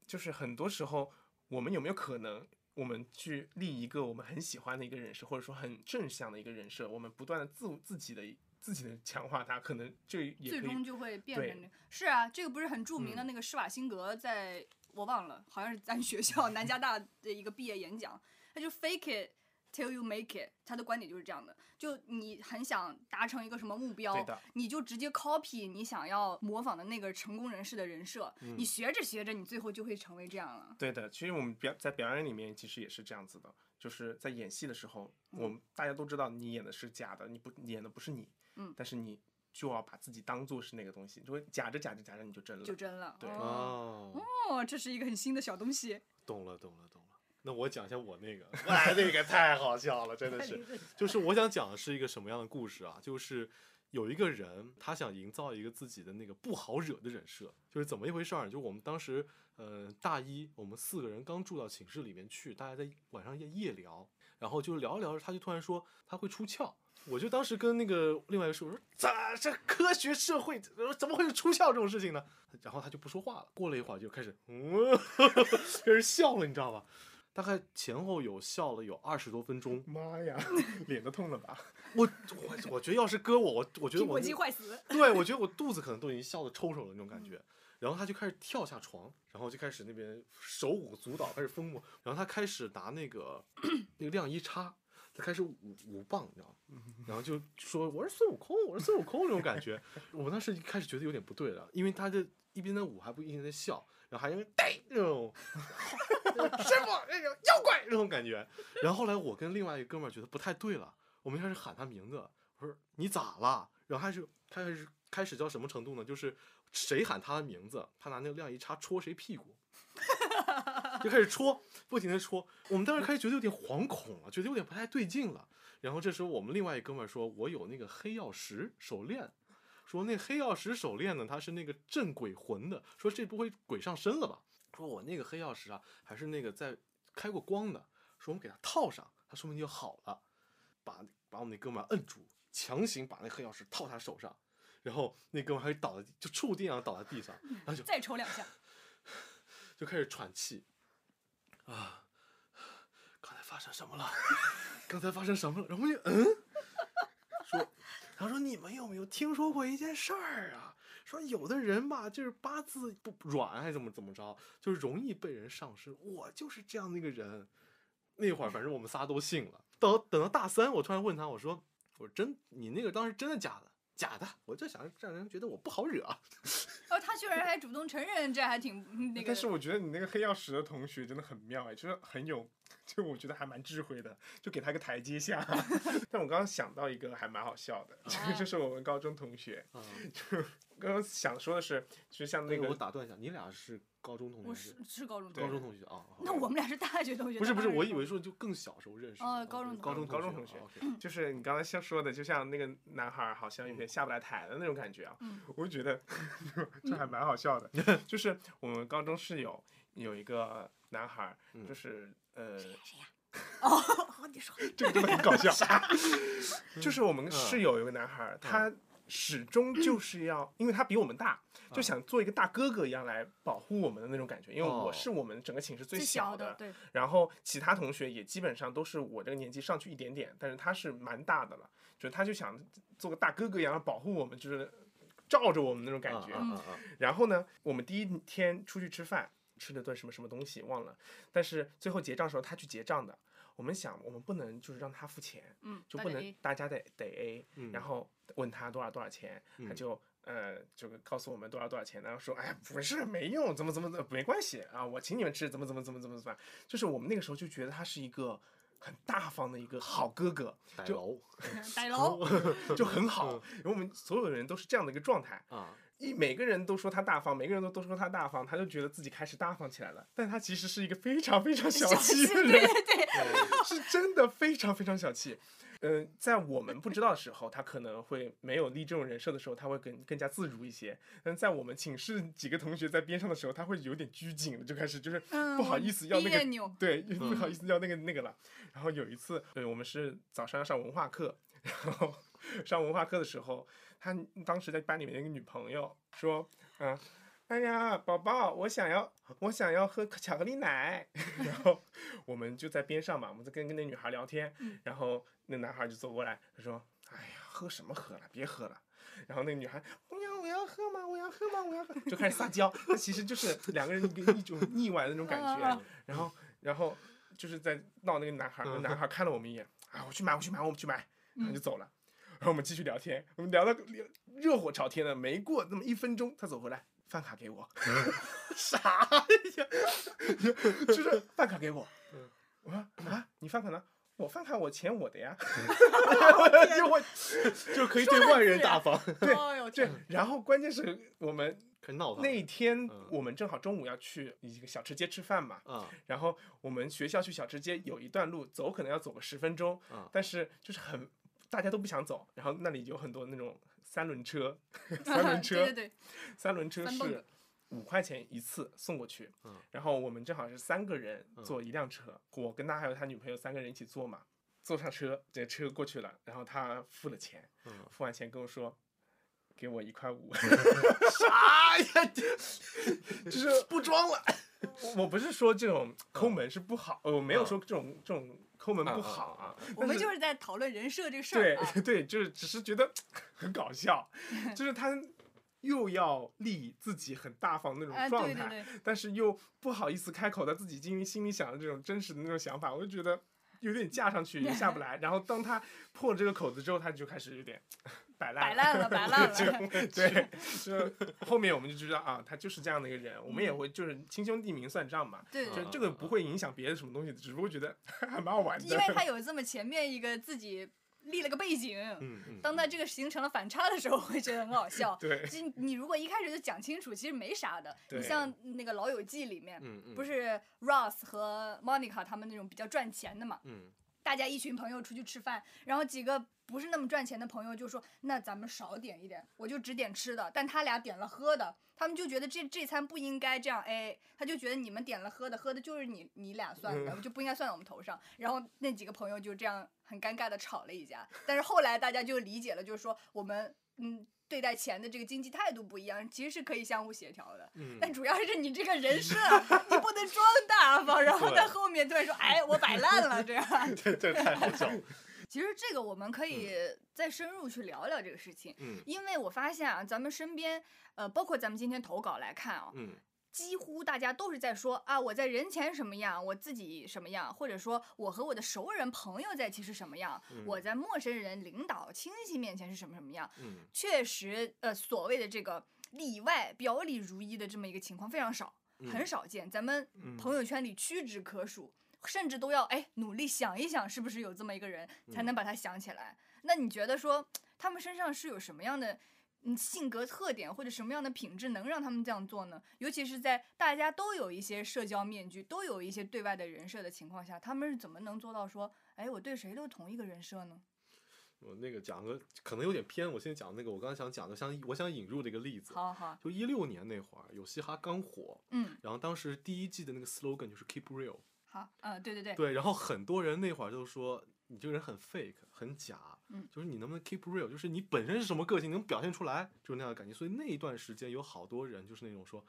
Speaker 3: 就是很多时候我们有没有可能，我们去立一个我们很喜欢的一个人设，或者说很正向的一个人设，我们不断的自我自己的自己的强化它，可能就也
Speaker 2: 最
Speaker 3: 可
Speaker 2: 终
Speaker 3: 以。
Speaker 2: 就会变
Speaker 3: 对
Speaker 1: 嗯
Speaker 2: 成这个。是啊，这个不是很著名的那个施瓦辛格在《我忘了，好像是咱 学校南加大的一个毕业演讲，他就 fake it till you make it，他的观点就是这样的，就你很想达成一个什么目
Speaker 3: 对
Speaker 2: 标，
Speaker 3: 的，
Speaker 2: 你就直接 copy 你想要模仿的那个成功人士的人设，
Speaker 1: 嗯
Speaker 2: 你学着学着，你最后就会成为这样了。
Speaker 3: 对的。其实我们表在表演里面其实也是这样子的，就是在演戏的时候，我们大家都知道你演的是假的，你不你演的不是你，
Speaker 2: 嗯
Speaker 3: 但是你就要把自己当做是那个东西，就会假着假着假着你就真了
Speaker 2: 就。真了，
Speaker 3: 对
Speaker 2: 哦，
Speaker 1: 哦，
Speaker 2: 哦这是一个很新的小东西。
Speaker 1: 懂了，懂了，懂了。那我讲一下我那个，哎，那个太好笑了，真的是。就是我想讲的是一个什么样的故事啊？就是有一个人，他想营造一个自己的那个不好惹的人设，就是怎么一回事儿？就我们当时，呃，大一，我们四个人刚住到寝室里面去，大家在晚上夜夜聊，然后就聊着聊着，他就突然说他会出窍。我就当时跟那个另外一个室友说：“咋这科学社会呃怎么会有出窍这种事情呢？” 然后他就不说话了。过了一会儿就开始， 嗯，开始笑了，你知道吧？大概前后有笑了有二十多分钟，
Speaker 3: 妈呀，脸都痛了吧？
Speaker 1: 我我我觉得要是搁我，我我觉得
Speaker 2: 苹
Speaker 1: 我
Speaker 2: 果肌坏死，嗯
Speaker 1: 对我觉得我肚子可能都已经笑得抽抽了那种感觉。然后他就开始跳下床，然后就开始那边手舞足蹈，开始疯魔。然后他开始拿那个那个晾衣叉，他开始舞舞棒，你知道吗？然后就说我是孙悟空，我是孙悟空那种感觉。我当时一开始觉得有点不对了，因为他这一边在舞还不一边在笑，然后还因为对那 种师傅那种妖怪那种感觉。然后后来我跟另外一个哥们儿觉得不太对了，我们开始喊他名字，我说你咋了？然后开始开始开始到什么程度呢？就是谁喊他的名字，他拿那个晾衣叉戳谁屁股，就开始戳，不停的戳。我们当时开始觉得有点惶恐了，觉得有点不太对劲了。然后这时候我们另外一哥们儿说：“我有那个黑曜石手链。”说那黑曜石手链呢，它是那个镇鬼魂的。说这不会鬼上身了吧？说我那个黑曜石啊，还是那个在开过光的。说我们给它套上，它说明就好了。把把我们那哥们儿摁住，强行把那黑曜石套他手上，然后那哥们儿还倒在地就触电啊倒在地上，然后就
Speaker 2: 再抽两下，
Speaker 1: 就开始喘气，啊，刚才发生什么了？ 刚才发生什么了？然后我们就嗯，说，他说你们有没有听说过一件事儿啊？说有的人吧，就是八字不软还是怎么怎么着，就是容易被人上身。我就是这样的一个人。那会儿反正我们仨都信了。等等到大三，我突然问他，我说我说真你那个当时真的假的？假的，我就想让人觉得我不好惹。啊
Speaker 2: 然后哦他居然还主动承认，这还挺嗯那个
Speaker 3: 但。是我觉得你那个黑曜石的同学真的很妙哎，就是很有，就我觉得还蛮智慧的，就给他一个台阶下。 但我刚刚想到一个还蛮好笑的，这
Speaker 2: 啊
Speaker 3: 个 就是我们高中同学。
Speaker 1: 啊、
Speaker 3: 刚刚想说的是，就是像那
Speaker 1: 那个
Speaker 3: 个
Speaker 1: 我打断一下，你俩是高中同
Speaker 3: 嗯
Speaker 1: 学？
Speaker 2: 我是是高中同
Speaker 1: 高
Speaker 2: 学，
Speaker 1: 中同学啊。好
Speaker 2: 那我们俩是大学同学。
Speaker 1: 不是不是，
Speaker 2: 当然
Speaker 1: 我以为说就更小时候认识的。
Speaker 2: 哦
Speaker 1: 啊
Speaker 2: 高中
Speaker 1: 就是
Speaker 2: 同
Speaker 1: 高
Speaker 3: 学
Speaker 1: 中
Speaker 3: 高中
Speaker 1: 学。哦
Speaker 3: 同
Speaker 1: OK
Speaker 3: 就是你刚才像说的，就像那个男孩儿好像有点下不来台的那种感觉啊，
Speaker 2: 嗯
Speaker 3: 我就 觉得这还蛮好笑的。 就是我们高中室友有一个男孩儿，
Speaker 1: 嗯
Speaker 3: 就是呃，
Speaker 2: 谁呀？哦，你说嗯
Speaker 3: 这个真的很搞 笑。 就是我们室友有个男孩儿，他始终就是要，因为他比我们大，
Speaker 2: 嗯
Speaker 3: 就想做一个大哥哥一样来保护我们的那种感觉。因为我
Speaker 1: 哦
Speaker 3: 是我们整个寝室最
Speaker 2: 最小
Speaker 3: 的，
Speaker 2: 对，嗯
Speaker 3: 然后其他同学也基本上都是我这个年纪上去一点点，但是他是蛮大的了，就是他就想做个大哥哥一样保护我们，就是罩着我们那
Speaker 2: 嗯
Speaker 3: 种感觉。
Speaker 1: 啊啊啊啊
Speaker 3: 然后呢，我们第一天出去吃饭，吃了顿什么什么东西忘了，但是最后结账的时候他去结账的。我们想，我们不能就是让他付钱，
Speaker 2: 嗯，
Speaker 3: 就
Speaker 2: 大
Speaker 3: 不
Speaker 2: 概
Speaker 3: 能
Speaker 2: A
Speaker 3: 大家得得 A，、
Speaker 1: 嗯
Speaker 3: 然后问他多少多少钱，他
Speaker 1: 嗯
Speaker 3: 就呃就告诉我们多少多少钱，然后说哎呀不是没用，怎么怎么怎么没关系啊，我请你们吃，怎么怎么怎么怎么怎么样，就是我们那个时候就觉得他是一个很大方的一个好 哥哥，
Speaker 1: 逮
Speaker 3: 就
Speaker 1: 楼
Speaker 2: 逮楼，
Speaker 3: 就很
Speaker 1: 嗯
Speaker 3: 好，因为我们所有人都是这样的一个状态，
Speaker 1: 啊，
Speaker 3: 一每个人都说他大方，每个人都都说他大方，他就觉得自己开始大方起来了，但他其实是一个非常非常小气的人嗯
Speaker 2: 对，对对，
Speaker 3: 是真的非常非常小气。嗯、在我们不知道的时候，他可能会没有立这种人设的时候，他会更更加自如一些。但在我们寝室几个同学在边上的时候，他会有点拘谨了，就开始就是
Speaker 2: 嗯
Speaker 3: 不好意思要那
Speaker 2: 别
Speaker 3: 个，
Speaker 2: 扭，
Speaker 3: 对，不好意思要那个那个了。然后有一次，对，我们是早上要上文化课，然后 上文化课的时候，他当时在班里面有一个女朋友说，嗯、哎呀，宝宝，我想要，我想要喝巧克力奶。 然后我们就在边上嘛，我们在跟跟那女孩聊天，然后那男孩就走过来，他说：“哎呀，喝什么喝了，别喝了。”然后那个女孩：“不要，我要喝喝吗？我要喝吗？我要喝，就开始撒娇。那其实就是两个人一个一种腻歪的那种感觉。然后，然后就是在闹那个男孩儿，那男孩儿看了我们一眼，啊，我去买，我去买，我去买，然后就走了。然后我们继续聊天，我们聊到聊热火朝天的，没过那么一分钟，他走回来，饭卡给我， 啥呀？ 就是饭卡给我，我说啊，你饭卡呢？我饭卡我钱我的呀， 就我
Speaker 1: 就可以对外人大方，
Speaker 3: 对
Speaker 2: 哎呦
Speaker 3: 对，然后关键是我们
Speaker 1: 开始闹他
Speaker 3: 那一天
Speaker 1: 嗯，
Speaker 3: 我们正好中午要去一个小吃街吃饭嘛，
Speaker 1: 啊
Speaker 3: 然后我们学校去小吃街有一段路走，可能要走个十分钟，
Speaker 1: 啊
Speaker 3: 但是就是很大家都不想走，然后那里有很多那种三轮车，三轮车
Speaker 2: 对，对
Speaker 3: 三轮车
Speaker 2: 三蹦
Speaker 3: 是
Speaker 2: 子
Speaker 3: 五块钱一次送过去
Speaker 1: 嗯，
Speaker 3: 然后我们正好是三个人坐一辆车，我跟他还有他女朋友三个人一起坐嘛，坐上车，这车过去了，然后他付了钱，
Speaker 1: 嗯
Speaker 3: 付完钱跟我说。给我一块五， 啥呀？就是
Speaker 1: 不装了，
Speaker 3: 我我不是说这种抠门是不好，呃我没有说这种这种抠门不
Speaker 1: 嗯
Speaker 3: 好啊。
Speaker 2: 对，我们
Speaker 3: 但是
Speaker 2: 就是在讨论人设这个事儿啊。
Speaker 3: 对 对，就是只是觉得很搞笑，就是他又要立自己很大方的那种
Speaker 2: 哎，
Speaker 3: 状
Speaker 2: 对对
Speaker 3: 态，
Speaker 2: 对，
Speaker 3: 但是又不好意思开口，他自己因为心里想的这种真实的那种想法，我就觉得有点架上去也下不来。然后当他破了这个口子之后，他就开始 有点摆烂
Speaker 2: 摆烂了，摆烂
Speaker 3: 就
Speaker 2: 了。
Speaker 3: 对，就是后面我们就知道啊，他就是这样的一个人，我们
Speaker 2: 嗯
Speaker 3: 也会就是亲兄弟明算账嘛，
Speaker 2: 对
Speaker 3: 就
Speaker 2: 对，
Speaker 3: 这个不会影响别的什么东西，只不过觉得 还蛮好玩
Speaker 2: 嗯因为
Speaker 3: 的。。
Speaker 2: 他有这么前面一个自己立了个背景，
Speaker 1: 嗯嗯，
Speaker 2: 当他这个形成了反差的时候，会觉得很好笑
Speaker 3: 对，
Speaker 2: 就你如果一开始就讲清楚，其实没啥的。
Speaker 3: 对
Speaker 2: 你 像那个《老友记》里面，
Speaker 1: 嗯嗯
Speaker 2: 不是 Ross 和 Monica 他们那种比较赚钱的嘛，
Speaker 1: 嗯
Speaker 2: 大家一群朋友出去吃饭，然后几个不是那么赚钱的朋友就说：“那咱们少点一点，我就只点吃的。”但他俩点了喝的，他们就觉得这这餐不应该这样 A，他就觉得你们点了喝的，喝的就是你你俩算的，就不应该算在我们头上。然后那几个朋友就这样很尴尬的吵了一架，但是后来大家就理解了，就是说我们嗯。对待钱的这个经济态度不一样，其实是可以相互协调的。
Speaker 1: 嗯
Speaker 2: 但主要是你这个人设，你不能装大方，然后
Speaker 1: 对
Speaker 2: 在后面突然说：“哎，我摆烂了。”这样，
Speaker 1: 这这 太好笑了，
Speaker 2: 其实这个我们可以再深入去聊聊这个事情，
Speaker 1: 嗯
Speaker 2: 因为我发现啊，咱们身边，呃，包括咱们今天投稿来看啊，
Speaker 1: 嗯
Speaker 2: 几乎大家都是在说啊，我在人前什么样，我自己什么样，或者说我和我的熟人朋友在一起是什么样，
Speaker 1: 嗯
Speaker 2: 我在陌生人、领导、亲戚面前是什么什么样。
Speaker 1: 嗯
Speaker 2: 确实，呃，所谓的这个里外表里如一的这么一个情况非常少，
Speaker 1: 嗯
Speaker 2: 很少见，咱们朋友圈里屈指可数，甚至都要哎努力想一想，是不是有这么一个人，
Speaker 1: 嗯
Speaker 2: 才能把他想起来。那你觉得说他们身上是有什么样的？嗯，性格特点或者什么样的品质能让他们这样做呢？尤其是在大家都有一些社交面具，都有一些对外的人设的情况下，他们是怎么能做到说，哎，我对谁都同一个人设呢？
Speaker 1: 我那个讲个可能有点偏，我现在讲那个我刚才想讲的，像我想引入的一个例子，
Speaker 2: 好好，
Speaker 1: 就一六年那会儿有嘻哈刚火，
Speaker 2: 嗯，
Speaker 1: 然后当时第一季的那个 slogan 就是 Keep Real，
Speaker 2: 好，呃，对对对，
Speaker 1: 对，然后很多人那会儿就说你这个人很 fake，很假，
Speaker 2: 嗯
Speaker 1: 就是你能不能 keep real，就是你本身是什么个性，你能表现出来，就是那样的感觉。所以那一段时间有好多人就是那种说，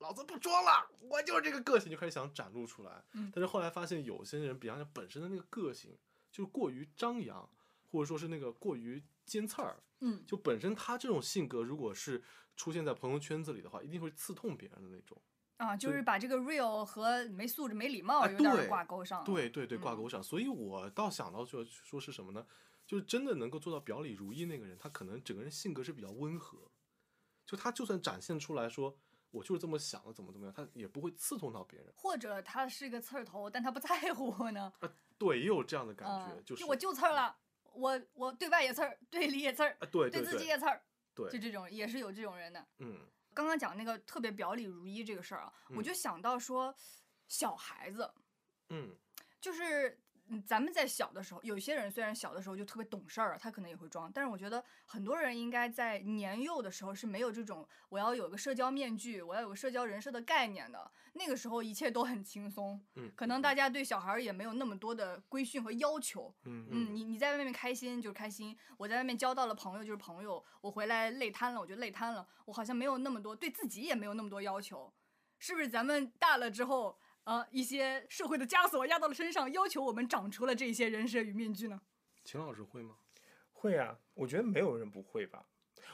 Speaker 1: 老子不装了，我就是这个个性，就开始想展露出来。
Speaker 2: 嗯
Speaker 1: 但是后来发现有些人，比方说本身的那个个性就过于张扬，或者说是那个过于尖刺儿，
Speaker 2: 嗯，
Speaker 1: 就本身他这种性格如果是出现在朋友圈子里的话，一定会刺痛别人的那种。
Speaker 2: 啊，就
Speaker 1: 对
Speaker 2: 是把这个 real 和没素质、没礼貌
Speaker 1: 啊
Speaker 2: 有点儿
Speaker 1: 对
Speaker 2: 挂钩上了。
Speaker 1: 对对对，挂
Speaker 2: 嗯
Speaker 1: 钩上。所以我倒想到就说是什么呢？就是真的能够做到表里如一那个人，他可能整个人性格是比较温和，就他就算展现出来说我就是这么想的，怎么怎么样，他也不会刺痛到别人。
Speaker 2: 或者他是个刺儿头，但他不在乎呢？
Speaker 1: 对，也有这样的感觉，
Speaker 2: 嗯
Speaker 1: 就是
Speaker 2: 我就刺儿了，我我对外也刺儿，对里也刺儿，
Speaker 1: 啊，对
Speaker 2: 对自己
Speaker 1: 对
Speaker 2: 也刺儿，就
Speaker 1: 对，
Speaker 2: 这种也是有这种人的。
Speaker 1: 嗯
Speaker 2: 刚刚讲那个特别表里如一这个事儿啊，我
Speaker 1: 嗯
Speaker 2: 就想到说，小孩子
Speaker 1: 嗯
Speaker 2: 就是。嗯咱们在小的时候，有些人虽然小的时候就特别懂事儿，他可能也会装，但是我觉得很多人应该在年幼的时候是没有这种我要有个社交面具，我要有个社交人设的概念的。那个时候一切都很轻松，
Speaker 1: 嗯，
Speaker 2: 可能大
Speaker 1: 家
Speaker 2: 家对小孩儿也没有那么多的规训和要求。
Speaker 1: 嗯
Speaker 2: 嗯，
Speaker 1: 嗯
Speaker 2: 你你在外面开心就是开心，我在外面交到了朋友就是朋友，我回来累瘫了我就累瘫了，我好像没有那么多对自己也没有那么多要求，是不是？咱们大了之后，呃，一些社会的枷锁压到了身上，要求我们长出了这些人设与面具呢？
Speaker 1: 秦老师会吗？
Speaker 3: 会啊，我觉得没有人不会吧。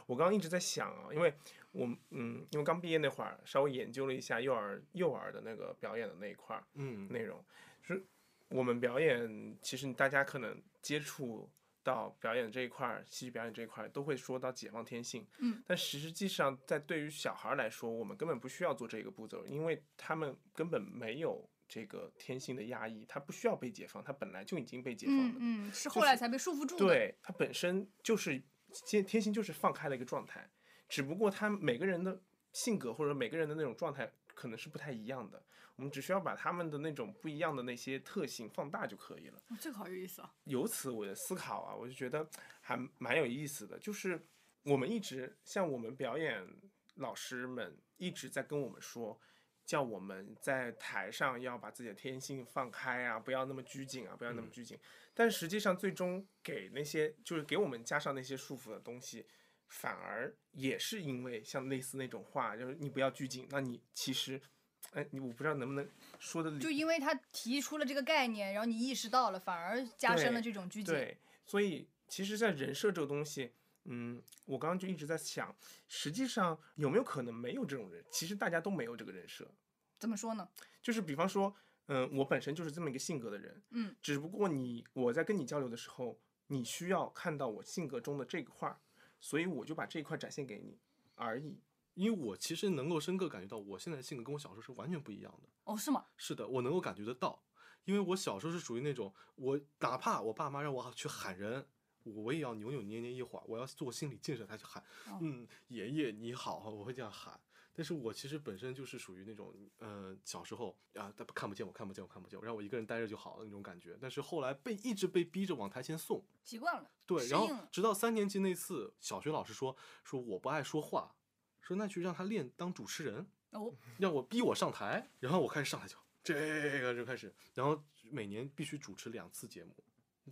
Speaker 3: 我刚刚一直在想啊，因为我嗯，因为刚毕业那会儿稍微研究了一下幼儿幼儿的那个表演的那一块儿
Speaker 1: 嗯
Speaker 3: 内容，就是我们表演，其实大家可能接触到表演这一块儿，戏剧表演这一块儿都会说到解放天性，
Speaker 2: 嗯，
Speaker 3: 但实际上在对于小孩儿来说，我们根本不需要做这个步骤，因为他们根本没有这个天性的压抑，他不需要被解放，他本来就已经被解放了
Speaker 2: 嗯。嗯，是
Speaker 3: 就
Speaker 2: 后来
Speaker 3: 是
Speaker 2: 才被束缚住的。，
Speaker 3: 对，它本身就是天天性就是放开的一个状态，只不过他每个人的性格或者每个人的那种状态可能是不太一样的，我们只需要把他们的那种不一样的那些特性放大就可以了。
Speaker 2: 这个好有意思啊。
Speaker 3: 由此我的思考啊，我就觉得还蛮有意思的，就是我们一直像我们表演老师们一直在跟我们说。叫我们在台上要把自己的天性放开啊，不要那么拘谨啊，不要那么
Speaker 1: 嗯
Speaker 3: 拘谨。但实际上，最终给那些就是给我们加上那些束缚的东西，反而也是因为像类似那种话，就是你不要拘谨，那你其实，哎，你我不知道能不能说的理
Speaker 2: 就因为他提出了这个概念，然后你意识到了，反而加深了这
Speaker 3: 对
Speaker 2: 种拘谨。
Speaker 3: 对，所以其实，在人设这个东西，嗯，我刚刚就一直在想，实际上有没有可能没有这种人？其实大家都没有这个人设，
Speaker 2: 怎么说呢？
Speaker 3: 就是比方说，嗯、我本身就是这么一个性格的人，
Speaker 2: 嗯，
Speaker 3: 只不过你我在跟你交流的时候，你需要看到我性格中的这一块儿，所以我就把这一块展现给你而已。
Speaker 1: 因为我其实能够深刻感觉到，我现在性格跟我小时候是完全不一样的。
Speaker 2: 哦，是吗？
Speaker 1: 是的，我能够感觉得到，因为我小时候是属于那种，我哪怕我爸妈让我去喊人，我也要扭扭捏捏一会儿，我要做心理建设，他去喊，
Speaker 2: 哦
Speaker 1: 嗯，爷爷你好，我会这样喊。但是我其实本身就是属于那种，呃，小时候啊，他看不见我，看不见我，看不见我，让我一个人待着就好了那种感觉。但是后来被一直被逼着往台前送，
Speaker 2: 习惯了。
Speaker 1: 对，
Speaker 2: 适
Speaker 1: 然后
Speaker 2: 应了
Speaker 1: 直到三年级那次，小学老师说说我不爱说话，说那去让他练当主持人，
Speaker 2: 哦，
Speaker 1: 让我逼我上台，然后我开始上台就这个就开始，然后每年必须主持两次节目，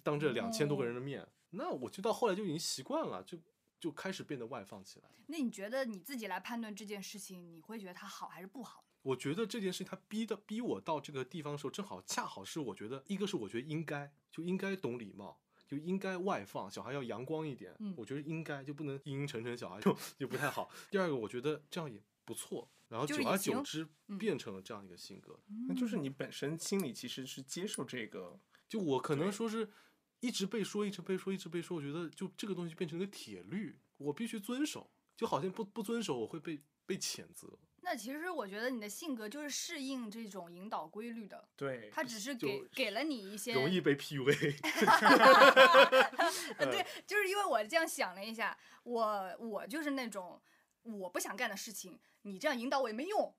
Speaker 1: 当着两千多个人的面，
Speaker 2: 哦
Speaker 1: 那我就到后来就已经习惯了，就就开始变得外放起来。
Speaker 2: 那你觉得你自己来判断这件事情，你会觉得它好还是不好？
Speaker 1: 我觉得这件事情他逼的逼我到这个地方的时候，正好恰好是我觉得一个是我觉得应该就应该懂礼貌，就应该外放，小孩要阳光一点，
Speaker 2: 嗯
Speaker 1: 我觉得应该就不能阴阴沉沉，小孩就就不太好。第二个我觉得这样也不错，然后
Speaker 2: 就
Speaker 1: 久
Speaker 2: 是
Speaker 1: 而
Speaker 2: 也行
Speaker 1: 久之
Speaker 2: 嗯
Speaker 1: 变成了这样一个性格。
Speaker 3: 那就是你本身心里其实是接受这个，
Speaker 1: 就我可能
Speaker 3: 对
Speaker 1: 说是一直被说，一直被说，一直被说，我觉得就这个东西变成一个铁律，我必须遵守，就好像不不遵守我会被被谴责。
Speaker 2: 那其实我觉得你的性格就是适应这种引导规律的，
Speaker 3: 对，
Speaker 2: 它只是
Speaker 1: 就
Speaker 2: 给给了你一些
Speaker 1: 容易被呃 PUA，
Speaker 2: 呃对，就是因为我这样想了一下，我我就是那种我不想干的事情，你这样引导我也没用。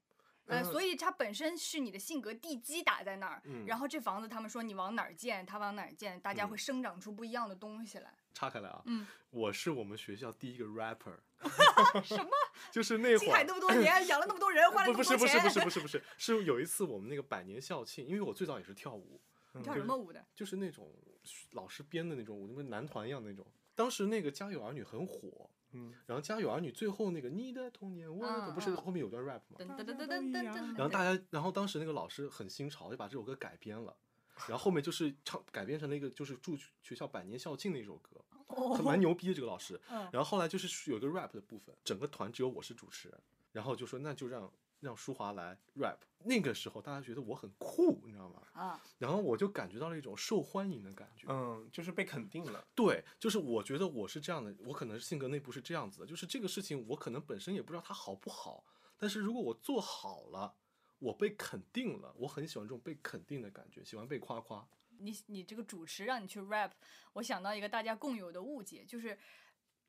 Speaker 2: 呃，
Speaker 1: 嗯
Speaker 2: 所以它本身是你的性格地基打在那儿，
Speaker 1: 嗯
Speaker 2: 然后这房子他们说你往哪儿建，它往哪儿建，大家
Speaker 1: 嗯
Speaker 2: 会生长出不一样的东西来。
Speaker 1: 岔开来啊，
Speaker 2: 嗯，
Speaker 1: 我是我们学校第一个 rapper，什么？就是那会
Speaker 2: 青海
Speaker 1: 儿
Speaker 2: 那。么多年，养了那么多人，花了
Speaker 1: 不
Speaker 2: 那
Speaker 1: 呃不
Speaker 2: 么
Speaker 1: 是
Speaker 2: 多
Speaker 1: 不是
Speaker 2: 钱，
Speaker 1: 不是不是不是，是有一次我们那个百年校庆，因为我最早也是跳舞，
Speaker 2: 你
Speaker 3: 嗯
Speaker 2: 跳什么舞的？
Speaker 1: 就是那种老师编的那种舞，那么男团一样那种。当时那个《家有儿女》很火，
Speaker 3: 嗯，
Speaker 1: 然后《家有儿女》最后那个你的童年我的
Speaker 2: 嗯
Speaker 1: 不是
Speaker 2: 嗯
Speaker 1: 后面有段 rap 吗？
Speaker 2: 噔
Speaker 3: 大
Speaker 2: 噔
Speaker 3: 家
Speaker 2: 噔噔
Speaker 3: 都
Speaker 2: 噔
Speaker 3: 一
Speaker 2: 噔
Speaker 3: 样
Speaker 2: 噔。
Speaker 1: 然后大
Speaker 2: 家
Speaker 1: 家，然后当时那个老师很新潮，就把这首歌改编了，然后后面就是唱改编成了一个就是祝学校百年校庆的一首歌，很蛮牛逼的这个老师。
Speaker 2: 哦嗯，
Speaker 1: 然后后来就是有一个 rap 的部分，整个团只有我是主持人，然后就说那就让让舒华来 rap。那个时候大家觉得我很酷，你知道吗？
Speaker 2: 啊，
Speaker 1: 然后我就感觉到了一种受欢迎的感觉。
Speaker 3: 嗯，就是被肯定了，
Speaker 1: 对，就是我觉得我是这样的，我可能性格内部是这样子的，就是这个事情我可能本身也不知道它好不好，但是如果我做好了，我被肯定了，我很喜欢这种被肯定的感觉，喜欢被夸夸。
Speaker 2: 你你这个主持让你去 rap，我想到一个大家共有的误解，就是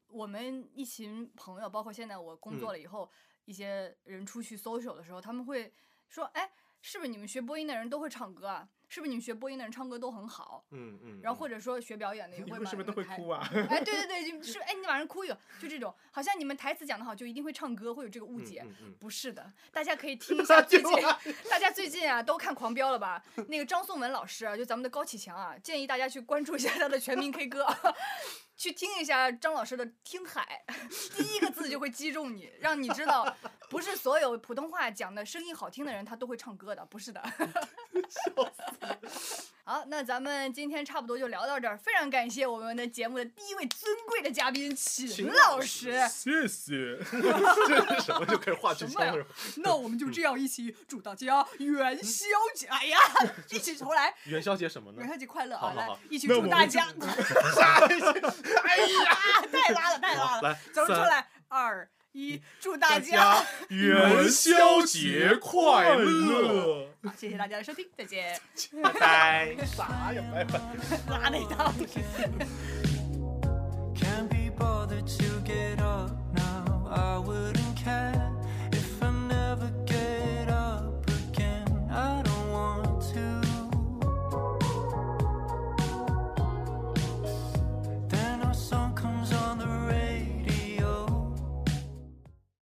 Speaker 2: 我们一群朋友，包括现在我工作
Speaker 1: 嗯
Speaker 2: 了以后，一些人出去 social 的时候，他们会说，哎，是不是你们学播音的人都会唱歌啊？是不是你们学播音的人唱歌都很好？
Speaker 1: 嗯嗯
Speaker 2: 然后或者说学表演的也
Speaker 3: 你
Speaker 2: 会
Speaker 3: 为
Speaker 2: 把
Speaker 3: 什么
Speaker 2: 那
Speaker 3: 都
Speaker 2: 个
Speaker 3: 会
Speaker 2: 台
Speaker 3: 哭啊？
Speaker 2: 哎，对对对，就是哎，你晚上哭一个，就这种，好像你们台词讲得好，就一定会唱歌，会有这个误解。
Speaker 1: 嗯嗯
Speaker 2: 不是的，大 家可以听一
Speaker 1: 大
Speaker 2: 下最
Speaker 1: 家
Speaker 2: 近，大家最近啊都看《狂飙》了吧？那个张颂文老师啊，就咱们的高启强啊，建议大家去关注一下他的全民 K 歌， 去听一下张老师的《听海》，第一个字就会击中你， 让你知道不是所有 普通话讲的声音好听的人他都会唱歌的，不是的。好，那咱们今天差不多就聊到这儿，非常感谢我们的节目的第一位尊贵的嘉宾秦老师。
Speaker 1: 谢谢。 这是什么就开始话剧
Speaker 2: 什
Speaker 1: 腔
Speaker 2: 么呀
Speaker 1: 了？
Speaker 2: 那我们就这样一起祝大 家元宵节，哎呀，一起重来，
Speaker 1: 元宵节什么呢
Speaker 2: 元？宵节快乐
Speaker 1: 好
Speaker 2: 啊！
Speaker 1: 好
Speaker 2: 来
Speaker 1: 好，
Speaker 2: 一起
Speaker 3: 那
Speaker 2: 祝
Speaker 3: 我
Speaker 2: 大
Speaker 3: 们
Speaker 2: 家。 哎呀，太拉了，太拉
Speaker 1: 好，
Speaker 2: 了！
Speaker 1: 来，
Speaker 2: 走出
Speaker 1: 三
Speaker 2: 来，二一，祝大家
Speaker 1: 家 元宵节快 乐！
Speaker 2: 好，谢谢大家的收听，再见。
Speaker 3: 拜拜。
Speaker 1: 啥呀，拜拜。
Speaker 2: 拉那一大堆。